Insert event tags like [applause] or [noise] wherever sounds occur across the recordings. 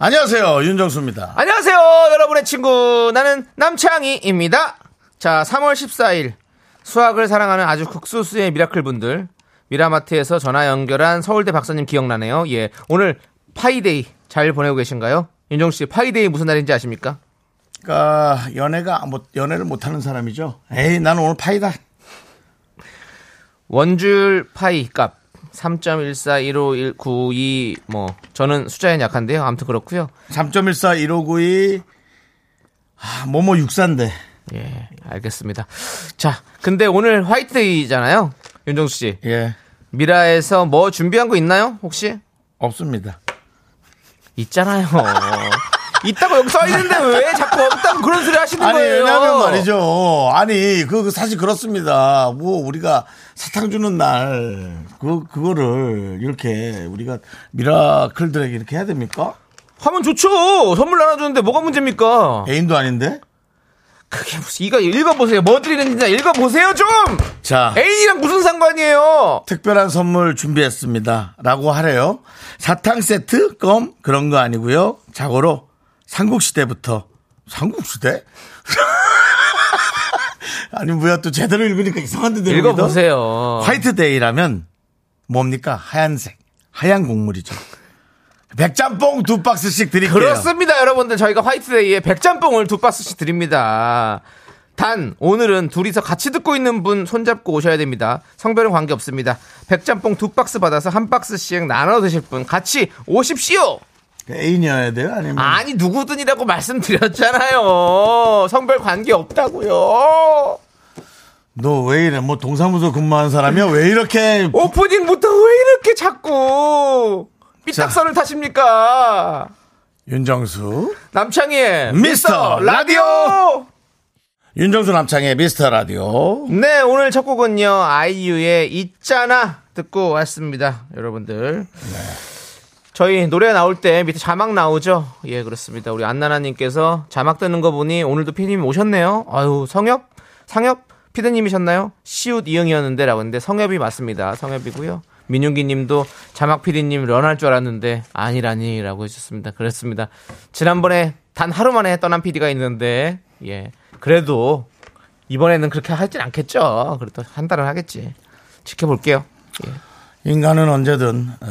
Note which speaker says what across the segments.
Speaker 1: 안녕하세요 윤정수입니다.
Speaker 2: 안녕하세요, 여러분의 친구. 나는 남창희입니다. 자, 3월 14일. 수학을 사랑하는 아주 극소수의 미라클 분들. 미라마트에서 전화 연결한 서울대 박사님 기억나네요. 예. 오늘 파이데이 잘 보내고 계신가요? 윤정 씨, 파이데이 무슨 날인지 아십니까?
Speaker 1: 그러니까 연애가 뭐 연애를 못하는 사람이죠. 에이 나는 오늘 파이다.
Speaker 2: 원줄 파이 값. 3.1415192 뭐 저는 숫자엔 약한데요. 아무튼 그렇고요.
Speaker 1: 3.14 1592 아, 뭐뭐 육사인데
Speaker 2: 예, 알겠습니다. 자, 근데 오늘 화이트데이잖아요. 윤정수 씨.
Speaker 1: 예
Speaker 2: 미라에서 뭐 준비한 거 있나요? 혹시?
Speaker 1: 없습니다. [laughs]
Speaker 2: 있잖아요. 있다고 여기 써 있는데 왜 자꾸 없다고 그런 소리 하시는
Speaker 1: 아니
Speaker 2: 거예요?
Speaker 1: 왜냐하면 말이죠. 아니 그, 그 사실 그렇습니다. 뭐 우리가 사탕 주는 날 그 그거를 이렇게 우리가 미라클들에게 이렇게 해야 됩니까?
Speaker 2: 하면 좋죠. 선물 나눠주는데 뭐가 문제입니까?
Speaker 1: 애인도 아닌데.
Speaker 2: 그게 무슨 이거 읽어보세요. 뭐 드리는지 나 읽어보세요 좀.
Speaker 1: 자
Speaker 2: 애인이랑 무슨 상관이에요?
Speaker 1: 특별한 선물 준비했습니다. 라고 하래요. 사탕 세트, 껌, 그런 거 아니고요. 자고로 삼국시대부터. 삼국시대? [laughs] 아니, 뭐야, 또 제대로 읽으니까 이상한데 들
Speaker 2: 읽어보세요.
Speaker 1: 화이트데이라면 뭡니까? 하얀색. 하얀 국물이죠. 백짬뽕 두 박스씩 드릴게요.
Speaker 2: 그렇습니다, 여러분들. 저희가 화이트데이에 백짬뽕을 두 박스씩 드립니다. 단, 오늘은 둘이서 같이 듣고 있는 분 손잡고 오셔야 됩니다. 성별은 관계 없습니다. 백짬뽕 두 박스 받아서 한 박스씩 나눠 드실 분 같이 오십시오!
Speaker 1: 애인이어야 돼요? 아니면.
Speaker 2: 아니, 누구든이라고 말씀드렸잖아요. 성별 관계 없다고요.
Speaker 1: 너 왜 이래? 뭐 동사무소 근무하는 사람이야? 왜 이렇게.
Speaker 2: 오프닝부터 왜 이렇게 자꾸 삐딱선을 타십니까?
Speaker 1: 윤정수.
Speaker 2: 남창희의
Speaker 1: 미스터
Speaker 2: 미스터 라디오!
Speaker 1: 윤정수 남창의 미스터 라디오.
Speaker 2: 네, 오늘 첫 곡은요, 아이유의 있잖아 듣고 왔습니다, 여러분들. 저희 노래 나올 때 밑에 자막 나오죠? 예, 그렇습니다. 우리 안나나님께서 자막 뜨는 거 보니 오늘도 피디님 오셨네요. 아유, 성엽? 상엽? 피디님이셨나요? 시옷 이응이었는데 라고 했는데 성엽이 맞습니다. 성엽이고요. 민윤기 님도 자막 피디님 런할 줄 알았는데 아니라니 라고 해주셨습니다. 그렇습니다. 지난번에 단 하루 만에 떠난 피디가 있는데, 예. 그래도 이번에는 그렇게 하진 않겠죠. 그래도 한 달은 하겠지. 지켜볼게요. 예.
Speaker 1: 인간은 언제든 에,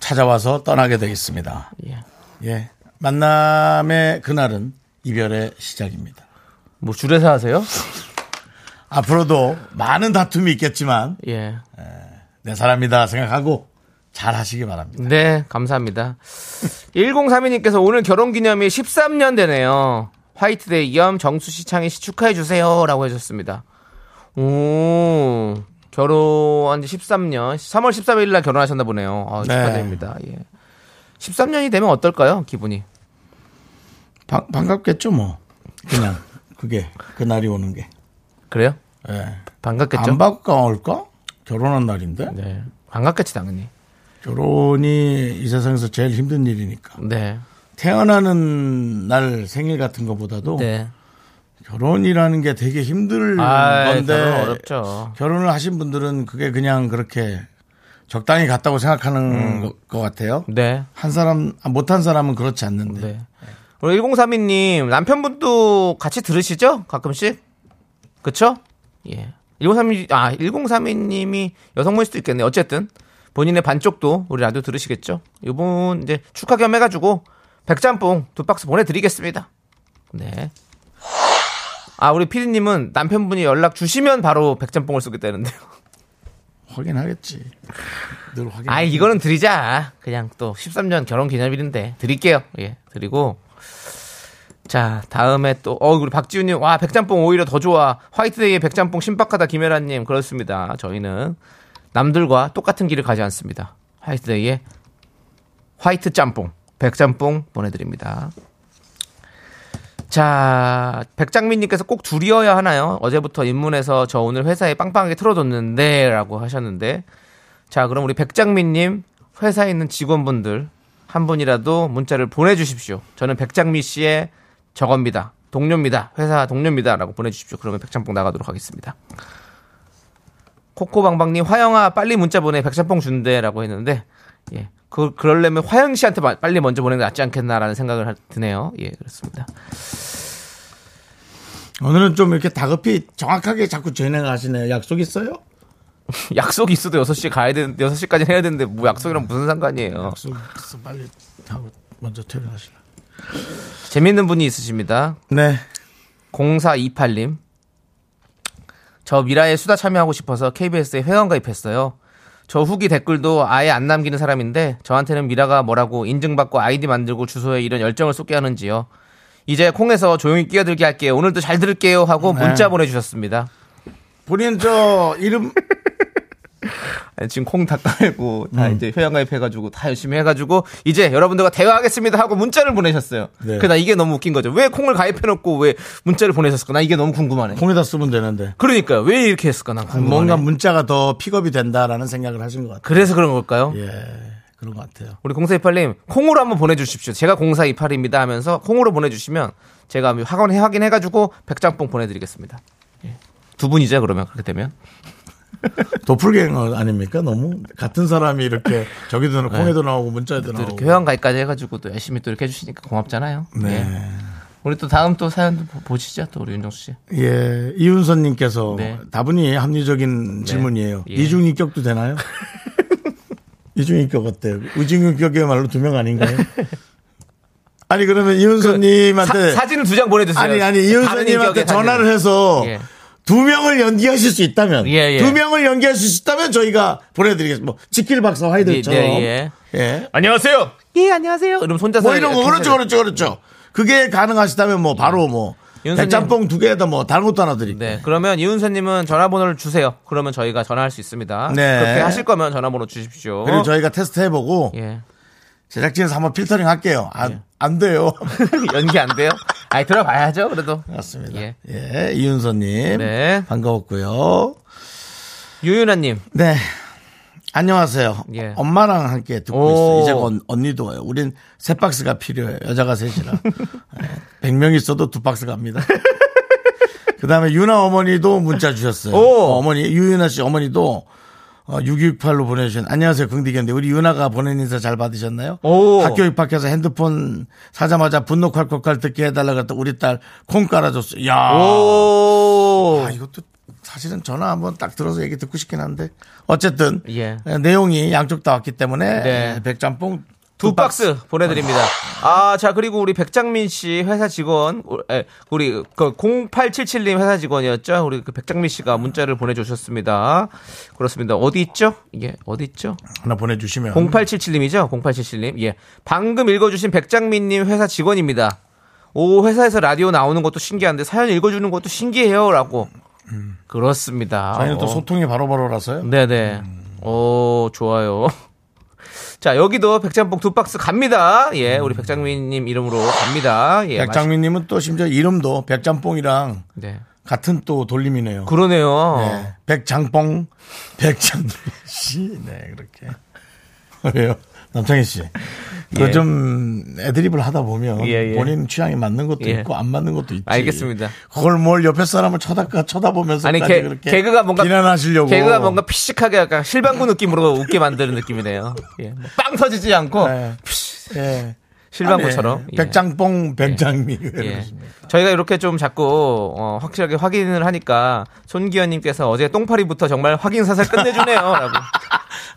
Speaker 1: 찾아와서 떠나게 되어 있습니다.
Speaker 2: 예.
Speaker 1: 예. 만남의 그날은 이별의 시작입니다.
Speaker 2: 뭐 줄에서 하세요?
Speaker 1: 앞으로도 많은 다툼이 있겠지만
Speaker 2: 예.
Speaker 1: 내 사람이다 생각하고 잘 하시기 바랍니다.
Speaker 2: 네, 감사합니다. 1032님께서 오늘 결혼 기념이 13년 되네요. 화이트데이 겸 정수 씨, 창희 씨 축하해 주세요라고 해줬습니다. 오, 결혼한 지 13년, 3월 13일 날 결혼하셨나 보네요. 아, 축하드립니다. 예. 13년이 되면 어떨까요, 기분이?
Speaker 1: 반- 반갑겠죠 뭐. 그냥 그게 그날이 오는 게.
Speaker 2: 그래요?
Speaker 1: 예.
Speaker 2: 반갑겠죠?
Speaker 1: 안 바꿔올까? 결혼한 날인데
Speaker 2: 네, 반갑겠지 당연히.
Speaker 1: 결혼이 이 세상에서 제일 힘든 일이니까
Speaker 2: 네,
Speaker 1: 태어나는 날 생일 같은 것보다도
Speaker 2: 네.
Speaker 1: 결혼이라는 게 되게 힘들
Speaker 2: 아이,
Speaker 1: 건데
Speaker 2: 결혼 어렵죠.
Speaker 1: 결혼을 하신 분들은 그게 그냥 그렇게 적당히 갔다고 생각하는 거- 것 같아요.
Speaker 2: 네.
Speaker 1: 한 사람 아, 못한 사람은 그렇지 않는데
Speaker 2: 네. 우리 1032님 남편분도 같이 들으시죠? 가끔씩? 그쵸? 예. 1032, 아, 1032님이 여성분일 수도 있겠네. 요 어쨌든 본인의 반쪽도 우리 라디오 들으시겠죠? 이분 이제 축하 겸 해가지고 백짬뽕 두 박스 보내드리겠습니다. 네. 아, 우리 피디님은 남편분이 연락 주시면 바로 백짬뽕을 쏘겠다는데요.
Speaker 1: 확인하겠지. 늘 확인.
Speaker 2: 아 이거는 드리자. 그냥 또 13년 결혼 기념일인데 드릴게요. 예, 드리고 자 다음에 또 어 우리 박지훈님 와 백짬뽕 오히려 더 좋아. 화이트데이에 백짬뽕 신박하다 김혜란님 그렇습니다. 저희는 남들과 똑같은 길을 가지 않습니다. 화이트데이에 화이트 짬뽕 백짬뽕 보내드립니다. 자, 백장민님께서 꼭 둘이어야 하나요? 어제부터 입문해서 저 오늘 회사에 빵빵하게 틀어뒀는데 라고 하셨는데 자, 그럼 우리 백장민님 회사에 있는 직원분들 한 분이라도 문자를 보내주십시오. 저는 백장민 씨의 저겁니다. 동료입니다. 회사 동료입니다. 라고 보내주십시오. 그러면 백짬뽕 나가도록 하겠습니다. 코코방방님 화영아 빨리 문자 보내 백짬뽕 준대라고 했는데 예. 그 그러려면 화영 씨한테 마- 빨리 먼저 보내는 게 낫지 않겠나라는 생각을 하- 드네요. 예, 그렇습니다. [laughs]
Speaker 1: 오늘은 좀 이렇게 다급히 정확하게 자꾸 진행하시네요. 약속 있어요?
Speaker 2: 약속이 있어도 6시에 가야 되는데 6시까지 해야 되는데 뭐 약속이랑 무슨 상관이에요.
Speaker 1: 약속 있어. 빨리 하고 먼저 퇴근하시라.
Speaker 2: 재밌는 분이 있으십니다.
Speaker 1: 네.
Speaker 2: 0428님. 저 미라에 수다 참여하고 싶어서 KBS에 회원 가입했어요. 저 후기 댓글도 아예 안 남기는 사람인데 저한테는 미라가 뭐라고 인증받고 아이디 만들고 주소에 이런 열정을 쏟게 하는지요. 이제 콩에서 조용히 끼어들게 할게요. 오늘도 잘 들을게요 하고 문자 보내주셨습니다.
Speaker 1: 본인 저 이름 [laughs]
Speaker 2: 아니, 지금 콩 다 깔고 다 이제 회원 가입해가지고 다 열심히 해가지고 이제 여러분들과 대화하겠습니다 하고 문자를 보내셨어요.
Speaker 1: 네.
Speaker 2: 그나 이게 너무 웃긴 거죠. 왜 콩을 가입해놓고 왜 문자를 보내셨을까? 나 이게 너무 궁금하네.
Speaker 1: 공에다 쓰면 되는데
Speaker 2: 그러니까 왜 이렇게 했을까? 난 궁금하네.
Speaker 1: 뭔가 문자가 더 픽업이 된다라는 생각을 하신 것 같아요.
Speaker 2: 그래서 그런 걸까요?
Speaker 1: 예. 그런 것 같아요.
Speaker 2: 우리 0428님 콩으로 한번 보내주십시오. 제가 0428입니다 하면서 콩으로 보내주시면 제가 확인 확인해가지고 백장봉 보내드리겠습니다. 예. 두 분이죠 그러면 그렇게 되면
Speaker 1: 도플갱어 아닙니까? 너무 같은 사람이
Speaker 2: [laughs]
Speaker 1: 이렇게 저기도
Speaker 2: 네.
Speaker 1: 나오고 콩에도 나오고 문자에도
Speaker 2: 또
Speaker 1: 나오고.
Speaker 2: 이렇게 회원 가입까지 해가지고 또 열심히 또 이렇게 해주시니까 고맙잖아요. 예.
Speaker 1: 네.
Speaker 2: 우리 또 다음 또 사연도 보- 보시죠 또 우리 윤정수 씨.
Speaker 1: 예, 이윤선님께서
Speaker 2: 네.
Speaker 1: 다분히 합리적인 질문이에요.
Speaker 2: 예.
Speaker 1: 이중인격도 되나요?
Speaker 2: [laughs]
Speaker 1: 이중인격 어때요? 이중인격이야말로 두 명 아닌가요? 아니 그러면 이윤선님한테
Speaker 2: 네. 그 사, 진을 두 장 보내주세요.
Speaker 1: 아, 네. 아니 아니
Speaker 2: 다른 인격의
Speaker 1: 이윤선님한테
Speaker 2: 사진을.
Speaker 1: 전화를 해서
Speaker 2: 예.
Speaker 1: 두 명을 연기하실 수 있다면
Speaker 2: 예, 예.
Speaker 1: 두 명을 연기하실 수 있다면 저희가 보내드리겠습니다. 뭐 지킬 박사 화이들처럼
Speaker 2: 예, 예,
Speaker 1: 예.
Speaker 2: 안녕하세요. 예 안녕하세요. 그럼 손자서
Speaker 1: 뭐 이런 거 그렇죠 그렇죠 그렇죠. 그게 가능하시다면 뭐 바로 뭐
Speaker 2: 예. 이윤선님.
Speaker 1: 백짬뽕 두 개에다 뭐 다른 것도 하나 드릴게요.
Speaker 2: 네, 그러면 이윤서님은 전화번호를 주세요. 그러면 저희가 전화할 수 있습니다.
Speaker 1: 네.
Speaker 2: 그렇게 하실 거면 전화번호 주십시오.
Speaker 1: 그리고 저희가 테스트 해보고
Speaker 2: 예.
Speaker 1: 제작진에서 한번 필터링 할게요. 안, 안
Speaker 2: [laughs]
Speaker 1: 돼요. [laughs]
Speaker 2: 연기 안 돼요? 아이 들어봐야죠 그래도.
Speaker 1: 맞습니다. 예,
Speaker 2: 예.
Speaker 1: 이윤서님.
Speaker 2: 네.
Speaker 1: 반가웠고요.
Speaker 2: 유윤아님.
Speaker 1: 네. 안녕하세요.
Speaker 2: 예.
Speaker 1: 엄마랑 함께 듣고 있어요.
Speaker 2: 오.
Speaker 1: 이제 곧 언니도 와요. 우린 세 박스가 필요해요. 여자가 셋이라. 네. 100명 있어도 두 박스
Speaker 2: [laughs]
Speaker 1: 갑니다. 그 다음에 유나 어머니도 문자 주셨어요.
Speaker 2: 오.
Speaker 1: 어머니, 유유나 씨 어머니도 어, 668로 보내주신 안녕하세요 긍디견데 우리 유나가 보낸 인사 잘 받으셨나요?
Speaker 2: 오.
Speaker 1: 학교 입학해서 핸드폰 사자마자 분노 콸콸콸 듣게 해달라고 했던 우리 딸 콩 깔아줬어요. 야
Speaker 2: 오.
Speaker 1: 아, 이것도 사실은 전화 한번 딱 들어서 얘기 듣고 싶긴 한데 어쨌든
Speaker 2: 예.
Speaker 1: 에, 내용이 양쪽 다 왔기 때문에
Speaker 2: 네.
Speaker 1: 에, 백짬뽕
Speaker 2: 두 박스 보내드립니다. 아, 자, 그리고 우리 백장민 씨 회사 직원, 우- 에, 우리 그 0877님 회사 직원이었죠? 우리 그 백장민 씨가 문자를 보내주셨습니다. 그렇습니다. 어디 있죠? 이게 어디 있죠?
Speaker 1: 하나 보내주시면
Speaker 2: 0877님이죠? 0877님. 예. 방금 읽어주신 백장민님 회사 직원입니다. 오, 회사에서 라디오 나오는 것도 신기한데 사연 읽어주는 것도 신기해요. 라고. 그렇습니다.
Speaker 1: 저희는 아, 또
Speaker 2: 어.
Speaker 1: 소통이 바로바로라서요.
Speaker 2: 네네. 오, 좋아요. [laughs] 자, 여기도 백짬뽕 두 박스 갑니다. 예, 우리 백장민님 이름으로 갑니다. 예.
Speaker 1: 음. 백장민님은 또 심지어 이름도 백짬뽕이랑
Speaker 2: 맛있- 네.
Speaker 1: 같은 또 돌림이네요.
Speaker 2: 그러네요.
Speaker 1: 네. 백장뽕 백장민 씨, 네 그렇게 왜요? 남창희 씨,
Speaker 2: 예.
Speaker 1: 그좀 애드립을 하다 보면
Speaker 2: 예, 예.
Speaker 1: 본인 취향이 맞는 것도
Speaker 2: 예.
Speaker 1: 있고 안 맞는 것도 있지.
Speaker 2: 알겠습니다.
Speaker 1: 그걸 뭘 옆에 사람을 쳐다가 쳐다보면서
Speaker 2: 아니, 개, 개그가 뭔가.
Speaker 1: 비난하시려고
Speaker 2: 개그가 뭔가 피식하게 약간 실방구 느낌으로 웃게 만드는 느낌이네요. 예. 뭐빵 터지지 않고.
Speaker 1: 네. 예.
Speaker 2: 실방구처럼.
Speaker 1: 아니,
Speaker 2: 예.
Speaker 1: 백장뽕 백장미 왜
Speaker 2: 예.
Speaker 1: 그러십니까?
Speaker 2: 저희가 이렇게 좀 자꾸 어, 확실하게 확인을 하니까 손기현님께서 어제 똥파리부터 정말 확인 사살
Speaker 1: [laughs]
Speaker 2: 끝내주네요라고.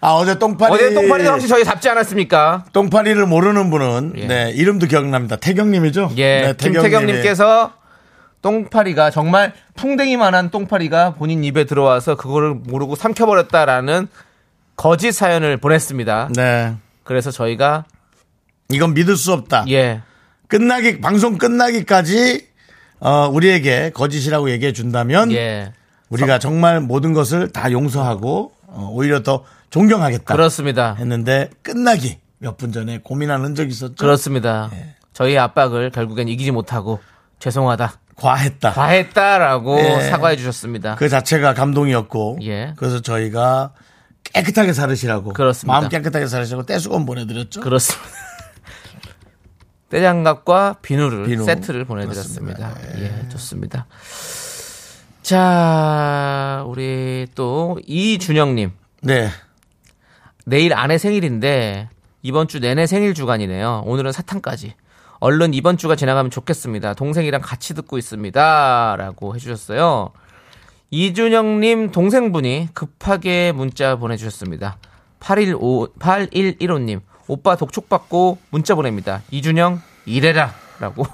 Speaker 1: 아 어제 똥파리
Speaker 2: 어제 똥파리도 혹시 저희 잡지 않았습니까?
Speaker 1: 똥파리를 모르는 분은
Speaker 2: 예.
Speaker 1: 네 이름도 기억납니다. 태경님이죠?
Speaker 2: 예,
Speaker 1: 네, 태경님이-
Speaker 2: 김태경님께서 똥파리가 정말 풍뎅이만한 똥파리가 본인 입에 들어와서 그거를 모르고 삼켜버렸다라는 거짓 사연을 보냈습니다.
Speaker 1: 네
Speaker 2: 그래서 저희가
Speaker 1: 이건 믿을 수 없다.
Speaker 2: 예,
Speaker 1: 끝나기 방송 끝나기까지 어, 우리에게 거짓이라고 얘기해 준다면
Speaker 2: 예,
Speaker 1: 우리가 정말 모든 것을 다 용서하고 어, 오히려 더 존경하겠다
Speaker 2: 그렇습니다.
Speaker 1: 했는데 끝나기 몇 분 전에 고민한 흔적이 있었죠.
Speaker 2: 그렇습니다.
Speaker 1: 네.
Speaker 2: 저희 압박을 결국엔 이기지 못하고 죄송하다.
Speaker 1: 과했다.
Speaker 2: 과했다라고
Speaker 1: 예.
Speaker 2: 사과해 주셨습니다.
Speaker 1: 그 자체가 감동이었고
Speaker 2: 예.
Speaker 1: 그래서 저희가 깨끗하게 살으시라고
Speaker 2: 그렇습니다.
Speaker 1: 마음 깨끗하게 살으시라고 떼수건 보내드렸죠.
Speaker 2: [laughs] 그렇습니다. 떼장갑과 비누를
Speaker 1: 비누.
Speaker 2: 세트를 보내드렸습니다. 예, 좋습니다. 자, 우리 또 이준영님
Speaker 1: 네.
Speaker 2: 내일 아내 생일인데 이번 주 내내 생일 주간이네요. 오늘은 사탕까지. 얼른 이번 주가 지나가면 좋겠습니다. 동생이랑 같이 듣고 있습니다.라고 해주셨어요. 이준영님 동생분이 급하게 문자 보내주셨습니다. 815 8115님 오빠 독촉 받고 문자 보냅니다. 이준영 이래라라고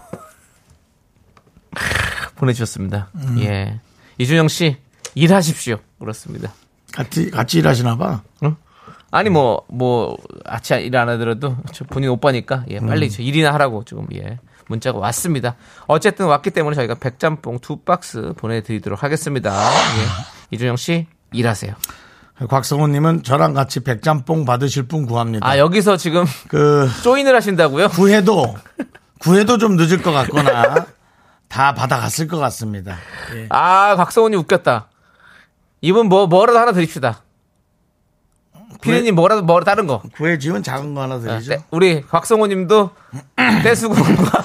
Speaker 2: [laughs] 보내주셨습니다. 예, 이준영 씨 일하십시오. 그렇습니다.
Speaker 1: 같이 같이 일하시나 봐.
Speaker 2: 응? 아니 뭐 뭐 아침 일 안 하더라도 저 본인 오빠니까 예 빨리 저 일이나 하라고 지금 예 문자가 왔습니다. 어쨌든 왔기 때문에 저희가 백짬뽕 두 박스 보내드리도록 하겠습니다. 예. 이준영 씨 일하세요.
Speaker 1: 곽성호님은 저랑 같이 백짬뽕 받으실 분 구합니다.
Speaker 2: 아 여기서 지금 [laughs]
Speaker 1: 그
Speaker 2: 조인을 하신다고요?
Speaker 1: 구해도 구해도 좀 늦을 것 같거나 다 받아갔을 것 같습니다. 예.
Speaker 2: 아 곽성훈이 웃겼다. 이분 뭐 뭐라도 하나 드립시다. 피디님 뭐라도 뭐 다른 거.
Speaker 1: 구해 지은 작은 거 하나 드리죠.
Speaker 2: 네, 우리 곽성호님도 [clears throat] 떼수건과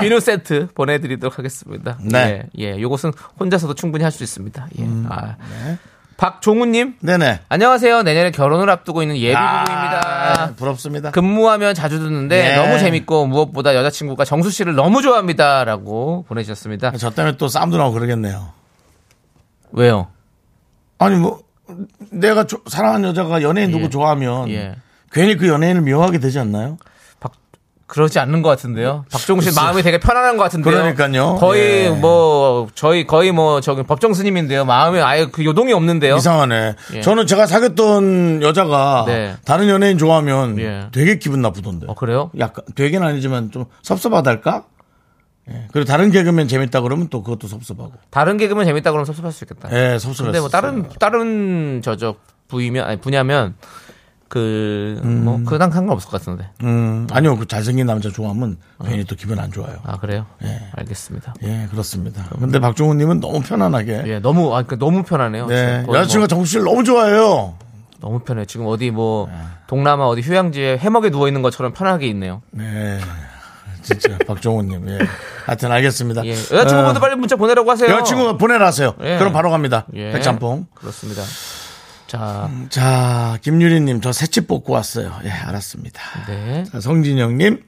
Speaker 2: [clears throat] 비누 세트 보내드리도록 하겠습니다.
Speaker 1: 네. 음,
Speaker 2: 예, 예, 요것은 혼자서도 충분히 할 수 있습니다. 예. 아.
Speaker 1: 네.
Speaker 2: 박종훈님,
Speaker 1: 네네.
Speaker 2: 안녕하세요. 내년에 결혼을 앞두고 있는 예비
Speaker 1: 아,
Speaker 2: 부부입니다. 그
Speaker 1: 부럽습니다.
Speaker 2: 근무하면 자주
Speaker 1: 네.
Speaker 2: 듣는데 너무 재밌고 무엇보다 여자친구가 정수 씨를 너무 좋아합니다라고 보내주셨습니다.
Speaker 1: 저 때문에 또 싸움도 나고 그러겠네요.
Speaker 2: 왜요?
Speaker 1: 아니 뭐 내가 조- 사랑하는 여자가 연예인 누구 좋아하면
Speaker 2: 예.
Speaker 1: 괜히 그 연예인을 미워하게 되지 않나요?
Speaker 2: 박- 그러지 않는 것 같은데요. 박종훈 씨 마음이 되게 편안한 것 같은데요.
Speaker 1: 그러니까요.
Speaker 2: 거의
Speaker 1: 예.
Speaker 2: 뭐 저희 거의 뭐 저기 법정 스님인데요. 마음이 아예 그 요동이 없는데요.
Speaker 1: 이상하네.
Speaker 2: 예.
Speaker 1: 저는 제가 사귀었던 여자가
Speaker 2: 네.
Speaker 1: 다른 연예인 좋아하면
Speaker 2: 예.
Speaker 1: 되게 기분 나쁘던데.
Speaker 2: 어 그래요?
Speaker 1: 약간 되긴 아니지만 좀 섭섭하달까? 예. 그리고 다른 개그맨 재밌다 그러면 또 그것도 섭섭하고.
Speaker 2: 다른 개그맨 재밌다 그러면 섭섭할 수 있겠다.
Speaker 1: 예, 섭섭했어요.
Speaker 2: 근데 뭐 다른 다른 저저 부이면 아니 분야면 그 뭐 그당 상관없을 것 같은데.
Speaker 1: 음, 아니요. 그 잘생긴 남자 좋아하면 괜히 또 기분 안 좋아요.
Speaker 2: 아 그래요?
Speaker 1: 예.
Speaker 2: 알겠습니다.
Speaker 1: 예, 그렇습니다. 근데 박종훈 님은 너무 편안하게
Speaker 2: 예, 너무 아 그러니까 너무 편하네요.
Speaker 1: 네.
Speaker 2: 거의 뭐
Speaker 1: 여자친구가 정수 씨를 너무 좋아해요.
Speaker 2: 너무 편해요. 지금 어디 뭐
Speaker 1: 예.
Speaker 2: 동남아 어디 휴양지에 해먹에 누워 있는 것처럼 편하게 있네요.
Speaker 1: 네. 진짜 [laughs] 박종훈님. 예. 하여튼 알겠습니다.
Speaker 2: 예. 여자친구분도
Speaker 1: 어,
Speaker 2: 빨리 문자 보내라고 하세요.
Speaker 1: 여자친구가 보내라세요.
Speaker 2: 예.
Speaker 1: 그럼 바로 갑니다.
Speaker 2: 예.
Speaker 1: 백짬뽕. 음,
Speaker 2: 그렇습니다. 자,
Speaker 1: 자, 김유리님, 저 새집 뽑고 왔어요. 예, 알았습니다.
Speaker 2: 네.
Speaker 1: 자, 아, 성진영님,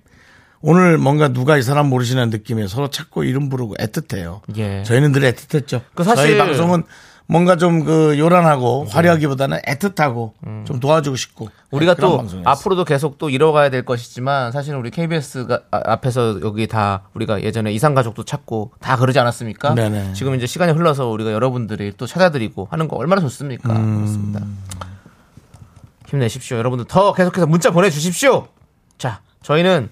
Speaker 1: 오늘 뭔가 누가 이 사람 모르시는 느낌에 서로 찾고 이름 부르고 애틋해요.
Speaker 2: 예.
Speaker 1: 저희는 늘 애틋했죠.
Speaker 2: 그 사실-
Speaker 1: 저희
Speaker 2: 음.
Speaker 1: 방송은 뭔가 좀 그 요란하고 화려하기보다는 애틋하고 좀 도와주고 싶고
Speaker 2: 우리가
Speaker 1: 그런
Speaker 2: 또
Speaker 1: 방송이었어요.
Speaker 2: 앞으로도 계속 또 이뤄가야 될 것이지만 사실은 우리 KBS가 아, 앞에서 여기 다 우리가 예전에 이상가족도 찾고 다 그러지 않았습니까?
Speaker 1: 네네.
Speaker 2: 지금 이제 시간이 흘러서 우리가 여러분들이 또 찾아드리고 하는 거 얼마나 좋습니까?
Speaker 1: 음.
Speaker 2: 그렇습니다. 힘내십시오. 여러분들 더 계속해서 문자 보내주십시오. 자, 저희는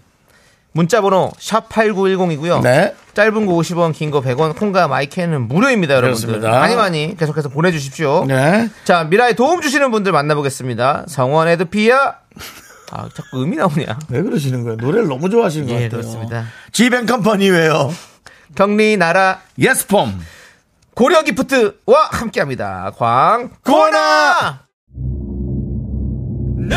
Speaker 2: 문자번호 샵8910이고요.
Speaker 1: 네.
Speaker 2: 짧은 거 50원, 긴 거 100원, 콩과 마이크는 무료입니다, 여러분들.
Speaker 1: 그렇습니다.
Speaker 2: 많이 많이 계속해서 보내주십시오.
Speaker 1: 네.
Speaker 2: 자, 미라에 도움 주시는 분들 만나보겠습니다. 성원 에드피아. 아, 자꾸 음이 나오냐.
Speaker 1: 왜 그러시는 거예요? 노래를 너무 좋아하시는 것
Speaker 2: 예,
Speaker 1: 같아요.
Speaker 2: 그렇습니다.
Speaker 1: 지벤컴퍼니 왜요?
Speaker 2: 경리 나라
Speaker 1: 예스폼.
Speaker 2: 고려 기프트와 함께 합니다. 광, 아! 고나!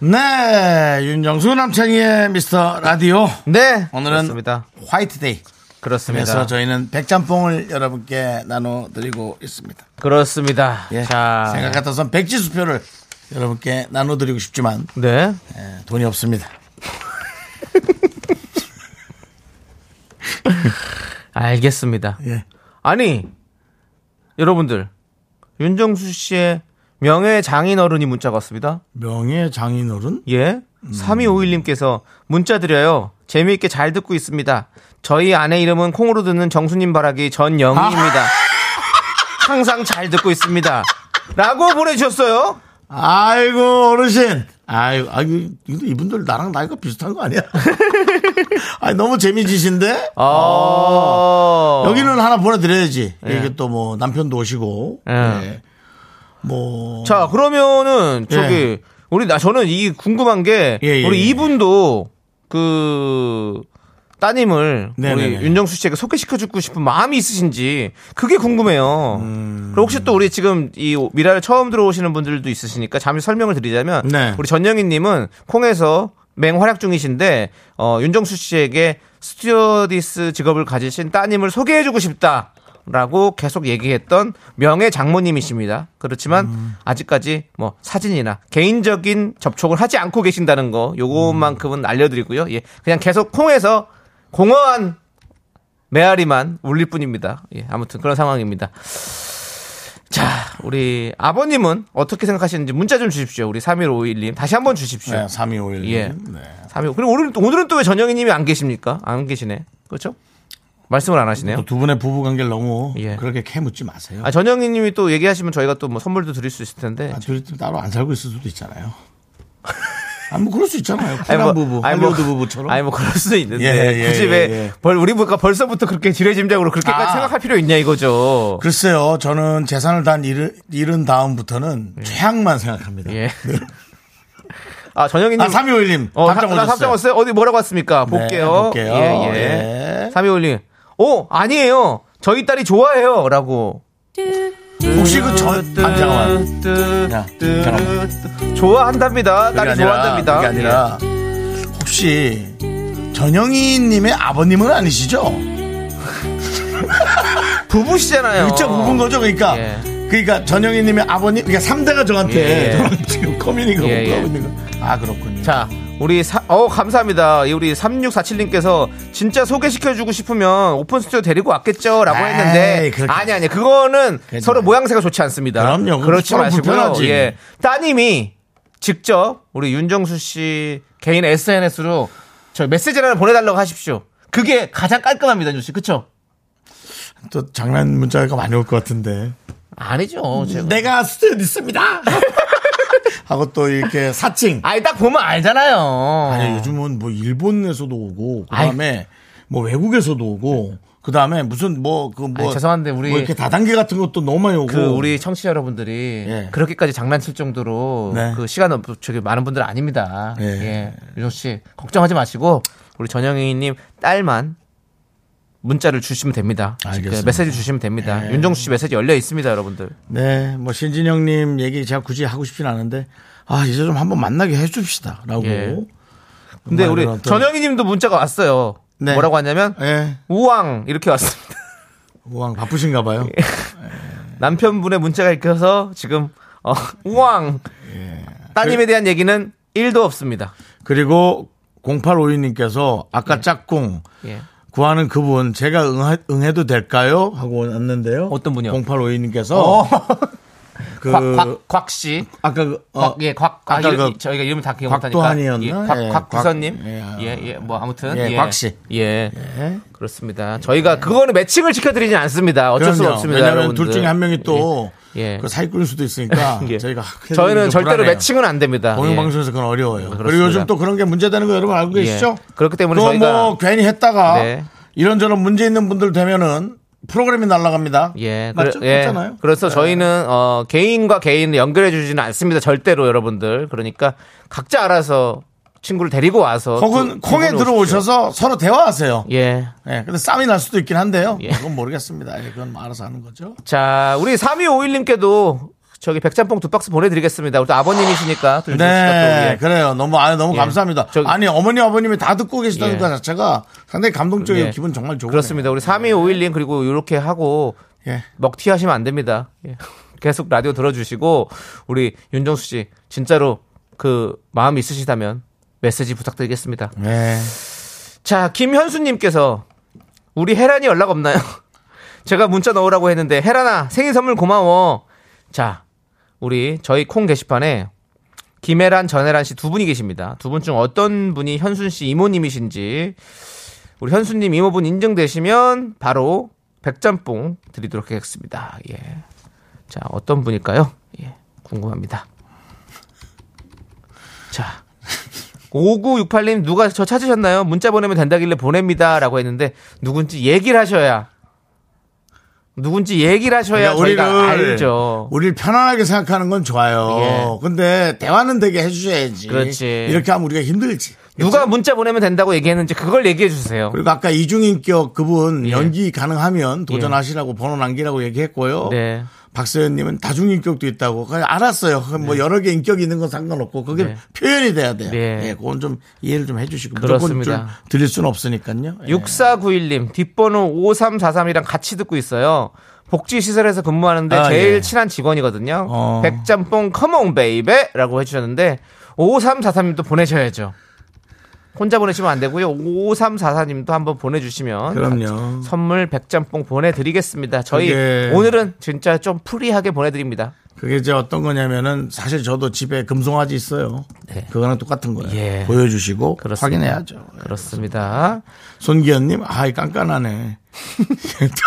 Speaker 1: 네, 윤정수 남창희의 미스터 라디오.
Speaker 2: 네.
Speaker 1: 오늘은
Speaker 2: 그렇습니다.
Speaker 1: 화이트데이.
Speaker 2: 그렇습니다.
Speaker 1: 그래서 저희는 백짬뽕을 여러분께 나눠드리고 있습니다.
Speaker 2: 그렇습니다.
Speaker 1: 예.
Speaker 2: 자.
Speaker 1: 생각 같아선 백지수표를 여러분께 나눠드리고 싶지만
Speaker 2: 네.
Speaker 1: 예, 돈이 없습니다.
Speaker 2: 알겠습니다.
Speaker 1: 예.
Speaker 2: 예. 아니, 여러분들. 윤정수 씨의 명예 장인 어른이 문자가 왔습니다.
Speaker 1: 명예 장인어른?
Speaker 2: 예. 3251님께서 문자 드려요. 재미있게 잘 듣고 있습니다. 저희 아내 이름은 콩으로 듣는 정수님 바라기
Speaker 1: [laughs]
Speaker 2: 전영희입니다. 항상 잘 듣고 있습니다. 라고 보내주셨어요.
Speaker 1: 아이고 어르신. 아이고, 아이고 근데 이분들 나랑 나이가 비슷한 거 아니야? [laughs] 아니 너무 재미지신데?
Speaker 2: 아. 어.
Speaker 1: 아. 여기는 하나 보내드려야지. 이게 또 뭐 남편도 오시고.
Speaker 2: 예.
Speaker 1: 예. 뭐.
Speaker 2: 자, 그러면은 저기
Speaker 1: 예.
Speaker 2: 우리 나 저는 이 궁금한 게
Speaker 1: 예, 예,
Speaker 2: 우리
Speaker 1: 예.
Speaker 2: 이분도 그 따님을
Speaker 1: 네,
Speaker 2: 우리
Speaker 1: 네, 네.
Speaker 2: 윤정수 씨에게 소개시켜 주고 싶은 마음이 있으신지 그게 궁금해요. 그리고 혹시 또 우리 지금 이 미라를 처음 들어오시는 분들도 있으시니까 잠시 설명을 드리자면
Speaker 1: 네.
Speaker 2: 우리 전영희 님은 콩에서 맹활약 중이신데 어 윤정수 씨에게 스튜어디스 직업을 가지신 따님을 소개해 주고 싶다. 라고 계속 얘기했던 명예 장모님이십니다. 그렇지만 아직까지 뭐 사진이나 개인적인 접촉을 하지 않고 계신다는 거 요것만큼은 알려드리고요. 예, 그냥 계속 콩에서 공허한 메아리만 울릴 뿐입니다. 예, 아무튼 그런 상황입니다. 자, 우리 아버님은 어떻게 생각하시는지 문자 좀 주십시오. 우리 3151님 다시 한번 주십시오.
Speaker 1: 네, 3251.
Speaker 2: 예.
Speaker 1: 네.
Speaker 2: 31 그리고 오늘 오늘은 또 왜 전영희 님이 안 계십니까? 안 계시네. 그렇죠? 말씀을 안 하시네요.
Speaker 1: 또두 분의 부부 관계를 너무
Speaker 2: 예.
Speaker 1: 그렇게 캐묻지 마세요.
Speaker 2: 아, 전영희 님이 또 얘기하시면 저희가 또 뭐 선물도 드릴 수 있을 텐데.
Speaker 1: 아, 둘이 또 따로 안 살고 있을 수도 있잖아요. 아니 뭐 그럴 수 있잖아요. 쿨한 부부,
Speaker 2: 아니, 뭐-
Speaker 1: 할리우드 부부처럼.
Speaker 2: 아니 뭐 그럴 수 있는데
Speaker 1: 예, 예,
Speaker 2: 굳이
Speaker 1: 예,
Speaker 2: 왜
Speaker 1: 예.
Speaker 2: 벌, 우리 부가 벌써부터 그렇게 지레짐작으로 그렇게까지
Speaker 1: 아.
Speaker 2: 생각할 필요 있냐 이거죠.
Speaker 1: [laughs] 글쎄요, 저는 재산을 단 잃은, 잃은 다음부터는 최악만 생각합니다.
Speaker 2: 예. 아 전영희님.
Speaker 1: 아, 351님.
Speaker 2: 어,
Speaker 1: 답장
Speaker 2: 나- 나
Speaker 1: 오셨어요. 네,
Speaker 2: 왔어요. 어디 뭐라고 왔습니까? 볼게요.
Speaker 1: 볼게요.
Speaker 2: 예,
Speaker 1: 예.
Speaker 2: 예. 3.25님. 오, 아니에요. 저희 딸이 좋아해요. 라고.
Speaker 1: 혹시 그 전, 아, 잠깐만. 야, 잠깐만.
Speaker 2: 좋아한답니다.
Speaker 1: 그게
Speaker 2: 딸이
Speaker 1: 네. 아니라,
Speaker 2: 좋아한답니다.
Speaker 1: 그게 아니라, 예. 혹시 전영희님의 아버님은 아니시죠?
Speaker 2: 예. 부부시잖아요.
Speaker 1: 그쵸, 부부인 거죠? 그러니까.
Speaker 2: 예.
Speaker 1: 그러니까 전영희님의 아버님, 그러니까 3대가 저한테
Speaker 2: 예, 예.
Speaker 1: 저랑 지금 커뮤니가
Speaker 2: 예, 예.
Speaker 1: 하고 있는 거. 아, 그렇군요.
Speaker 2: 자, 우리 사, 어 감사합니다. 이 우리 3647님께서 진짜 소개시켜주고 싶으면 오픈 스튜디오 데리고 왔겠죠라고
Speaker 1: 에이,
Speaker 2: 했는데
Speaker 1: 그렇게
Speaker 2: 아니 아니 그거는
Speaker 1: 그죠.
Speaker 2: 서로 모양새가 좋지 않습니다.
Speaker 1: 그럼요. 그건
Speaker 2: 그렇지
Speaker 1: 서로
Speaker 2: 마시고요.
Speaker 1: 불편하지.
Speaker 2: 예, 따님이 직접 우리 윤정수 씨 개인 SNS로 저 메시지를 하나 보내달라고 하십시오. 그게 가장 깔끔합니다, 뉴씨. 그쵸?
Speaker 1: 또 장난 문자가 많이 올 것 같은데.
Speaker 2: 아니죠. 제가.
Speaker 1: 내가 스튜디오 있습니다! [laughs] 하고 또 이렇게 사칭.
Speaker 2: 아니, 딱 보면 알잖아요.
Speaker 1: 아니 요즘은 뭐 일본에서도 오고 그다음에 뭐 외국에서도 오고 그다음에 무슨 뭐 그 뭐
Speaker 2: 아니, 죄송한데 우리-
Speaker 1: 뭐 이렇게 다단계 같은 것도 너무 많이 오고
Speaker 2: 그 우리 청취자 여러분들이
Speaker 1: 예.
Speaker 2: 그렇게까지 장난칠 정도로
Speaker 1: 네.
Speaker 2: 그 시간 없 저기 많은 분들 아닙니다.
Speaker 1: 예.
Speaker 2: 예. 유정 씨 걱정하지 마시고 우리 전영희님 딸만 문자를 주시면 됩니다.
Speaker 1: 알겠습니다. 예.
Speaker 2: 그 메시지 주시면 됩니다. 윤정수 씨 메시지 열려 있습니다, 여러분들.
Speaker 1: 네, 뭐 신진영 님 얘기 제가 굳이 하고 싶진 않은데 아, 이제 좀 한번 만나게 해 줍시다라고.
Speaker 2: 예. 근데 우리
Speaker 1: 어떤-
Speaker 2: 전영희님도 문자가 왔어요.
Speaker 1: 네.
Speaker 2: 뭐라고 하냐면
Speaker 1: 예.
Speaker 2: 우왕 이렇게 왔습니다.
Speaker 1: 우왕 바쁘신가 봐요. 네.
Speaker 2: 남편분의 문자가 읽혀서 지금 어, 우왕
Speaker 1: 예.
Speaker 2: 따님에 대한 얘기는 1도 없습니다.
Speaker 1: 그리고 0852 님께서 아까
Speaker 2: 네.
Speaker 1: 짝꿍
Speaker 2: 예.
Speaker 1: 구하는 그분 제가 응해, 도 될까요? 하고 왔는데요.
Speaker 2: 어떤 분이요? 어.
Speaker 1: 0852님께서 그
Speaker 2: 곽곽씨
Speaker 1: 아까 그 어,
Speaker 2: 곽, 예, 곽, 곽,
Speaker 1: 아까
Speaker 2: 이름,
Speaker 1: 그
Speaker 2: 저희가 이름을 다 기억 못하니까.
Speaker 1: 곽도한이었나?
Speaker 2: 예, 곽,
Speaker 1: 예,
Speaker 2: 곽 구선님.
Speaker 1: 곽-
Speaker 2: 예,
Speaker 1: 예,
Speaker 2: 예, 뭐 아무튼.
Speaker 1: 예, 곽 씨.
Speaker 2: 예. 그렇습니다. 저희가 그거는 매칭을 지켜드리진 않습니다. 어쩔 수
Speaker 1: 그럼요.
Speaker 2: 없습니다.
Speaker 1: 왜냐하면
Speaker 2: 여러분들.
Speaker 1: 둘 중에 한 명이 또
Speaker 2: 예. 예.
Speaker 1: 그 사기꾼일 수도 있으니까
Speaker 2: [laughs] 예.
Speaker 1: 저희가 해드리기
Speaker 2: 저희는
Speaker 1: 좀
Speaker 2: 절대로
Speaker 1: 불안해요. 아,
Speaker 2: 매칭은 안 됩니다. 예.
Speaker 1: 공영방송에서 그건 어려워요. 그리고
Speaker 2: 그렇습니다.
Speaker 1: 요즘 또 그런 게 문제되는 거 여러분 알고
Speaker 2: 예.
Speaker 1: 계시죠?
Speaker 2: 그렇기 때문에
Speaker 1: 또
Speaker 2: 저희가-
Speaker 1: 뭐 괜히 했다가
Speaker 2: 네.
Speaker 1: 이런저런 문제 있는 분들 되면은 프로그램이 날아갑니다.
Speaker 2: 예,
Speaker 1: 맞죠?
Speaker 2: 그래- 예.
Speaker 1: 그렇잖아요.
Speaker 2: 그래서 저희는 어, 개인과 개인을 연결해 주지는 않습니다. 절대로 여러분들. 그러니까 각자 알아서 친구를 데리고 와서
Speaker 1: 혹은
Speaker 2: 두- 두
Speaker 1: 콩에
Speaker 2: 분이 오십시오.
Speaker 1: 들어오셔서 서로 대화하세요. 예.
Speaker 2: 예,
Speaker 1: 근데 싸움이 날 수도 있긴 한데요.
Speaker 2: 예.
Speaker 1: 그건 모르겠습니다. 예, 그건 뭐 알아서 하는 거죠.
Speaker 2: 자, 우리 3251님께도 저기 백짬뽕 두 박스 보내드리겠습니다. 우리 또 아버님이시니까.
Speaker 1: 네,
Speaker 2: 또 윤정수 씨가 또, 예.
Speaker 1: 그래요. 너무 아 너무
Speaker 2: 예.
Speaker 1: 감사합니다.
Speaker 2: 저기-
Speaker 1: 아니 어머니 아버님이 다 듣고 계시다는
Speaker 2: 예.
Speaker 1: 것 자체가 상당히 감동적이고
Speaker 2: 예.
Speaker 1: 기분 정말 좋네요.
Speaker 2: 그렇습니다. 우리 3251님 그리고 이렇게 하고
Speaker 1: 예.
Speaker 2: 먹튀 하시면 안 됩니다. 예. [laughs] 계속 라디오 들어주시고 우리 윤정수 씨 진짜로 그 마음 있으시다면 메시지 부탁드리겠습니다.
Speaker 1: 네.
Speaker 2: 자, 김현수님께서 [laughs] 우리 혜란이 연락 없나요? 제가 문자 넣으라고 했는데 혜란아 생일 선물 고마워. 자, 우리 저희 콩 게시판에 김혜란, 전혜란 씨 두 분이 계십니다. 두 분 중 어떤 분이 현순 씨 이모님이신지 우리 현수님 이모분 인증되시면 바로 백짬뽕 드리도록 하겠습니다. 예. 자, 어떤 분일까요? 예. 궁금합니다. 자. 5968님 누가 저 찾으셨나요? 문자 보내면 된다길래 보냅니다라고 했는데 누군지 얘기를 하셔야 누군지 얘기를 하셔야
Speaker 1: 그러니까 우리를
Speaker 2: 저희가 알죠.
Speaker 1: 우리를 편안하게 생각하는 건 좋아요.
Speaker 2: 예.
Speaker 1: 근데 대화는 되게 해주셔야지.
Speaker 2: 그렇지.
Speaker 1: 이렇게 하면 우리가 힘들지.
Speaker 2: 누가 문자 보내면 된다고 얘기했는지 그걸 얘기해 주세요.
Speaker 1: 그리고 아까 이중인격 그분
Speaker 2: 예.
Speaker 1: 연기 가능하면 도전하시라고 번호 남기라고 얘기했고요.
Speaker 2: 네.
Speaker 1: 박서연님은 다중인격도 있다고 그냥 알았어요. 그건 뭐 여러 개 인격이 있는 건 상관없고 그게
Speaker 2: 네.
Speaker 1: 표현이 돼야 돼요.
Speaker 2: 네.
Speaker 1: 예, 그건 좀 이해를 좀 해주시고
Speaker 2: 그렇습니다.
Speaker 1: 무조건 좀 드릴 수는 없으니까요. 예.
Speaker 2: 6491님 뒷번호 5343이랑 같이 듣고 있어요. 복지시설에서 근무하는데
Speaker 1: 아,
Speaker 2: 제일
Speaker 1: 예.
Speaker 2: 친한 직원이거든요.
Speaker 1: 어.
Speaker 2: 백짬뽕 컴온 베이베 라고 해주셨는데 5343님도 보내셔야죠. 혼자 보내시면 안 되고요. 5344님도 한번 보내주시면
Speaker 1: 그럼요.
Speaker 2: 선물 백짬뽕 보내드리겠습니다. 저희
Speaker 1: 그게-
Speaker 2: 오늘은 진짜 좀 프리하게 보내드립니다.
Speaker 1: 그게 이제 어떤 거냐면은 사실 저도 집에 금송아지 있어요.
Speaker 2: 네.
Speaker 1: 그거랑 똑같은 거예요.
Speaker 2: 예.
Speaker 1: 보여주시고
Speaker 2: 그렇습니다.
Speaker 1: 확인해야죠.
Speaker 2: 그렇습니다.
Speaker 1: 손기현님, 아이 깐깐하네. [laughs]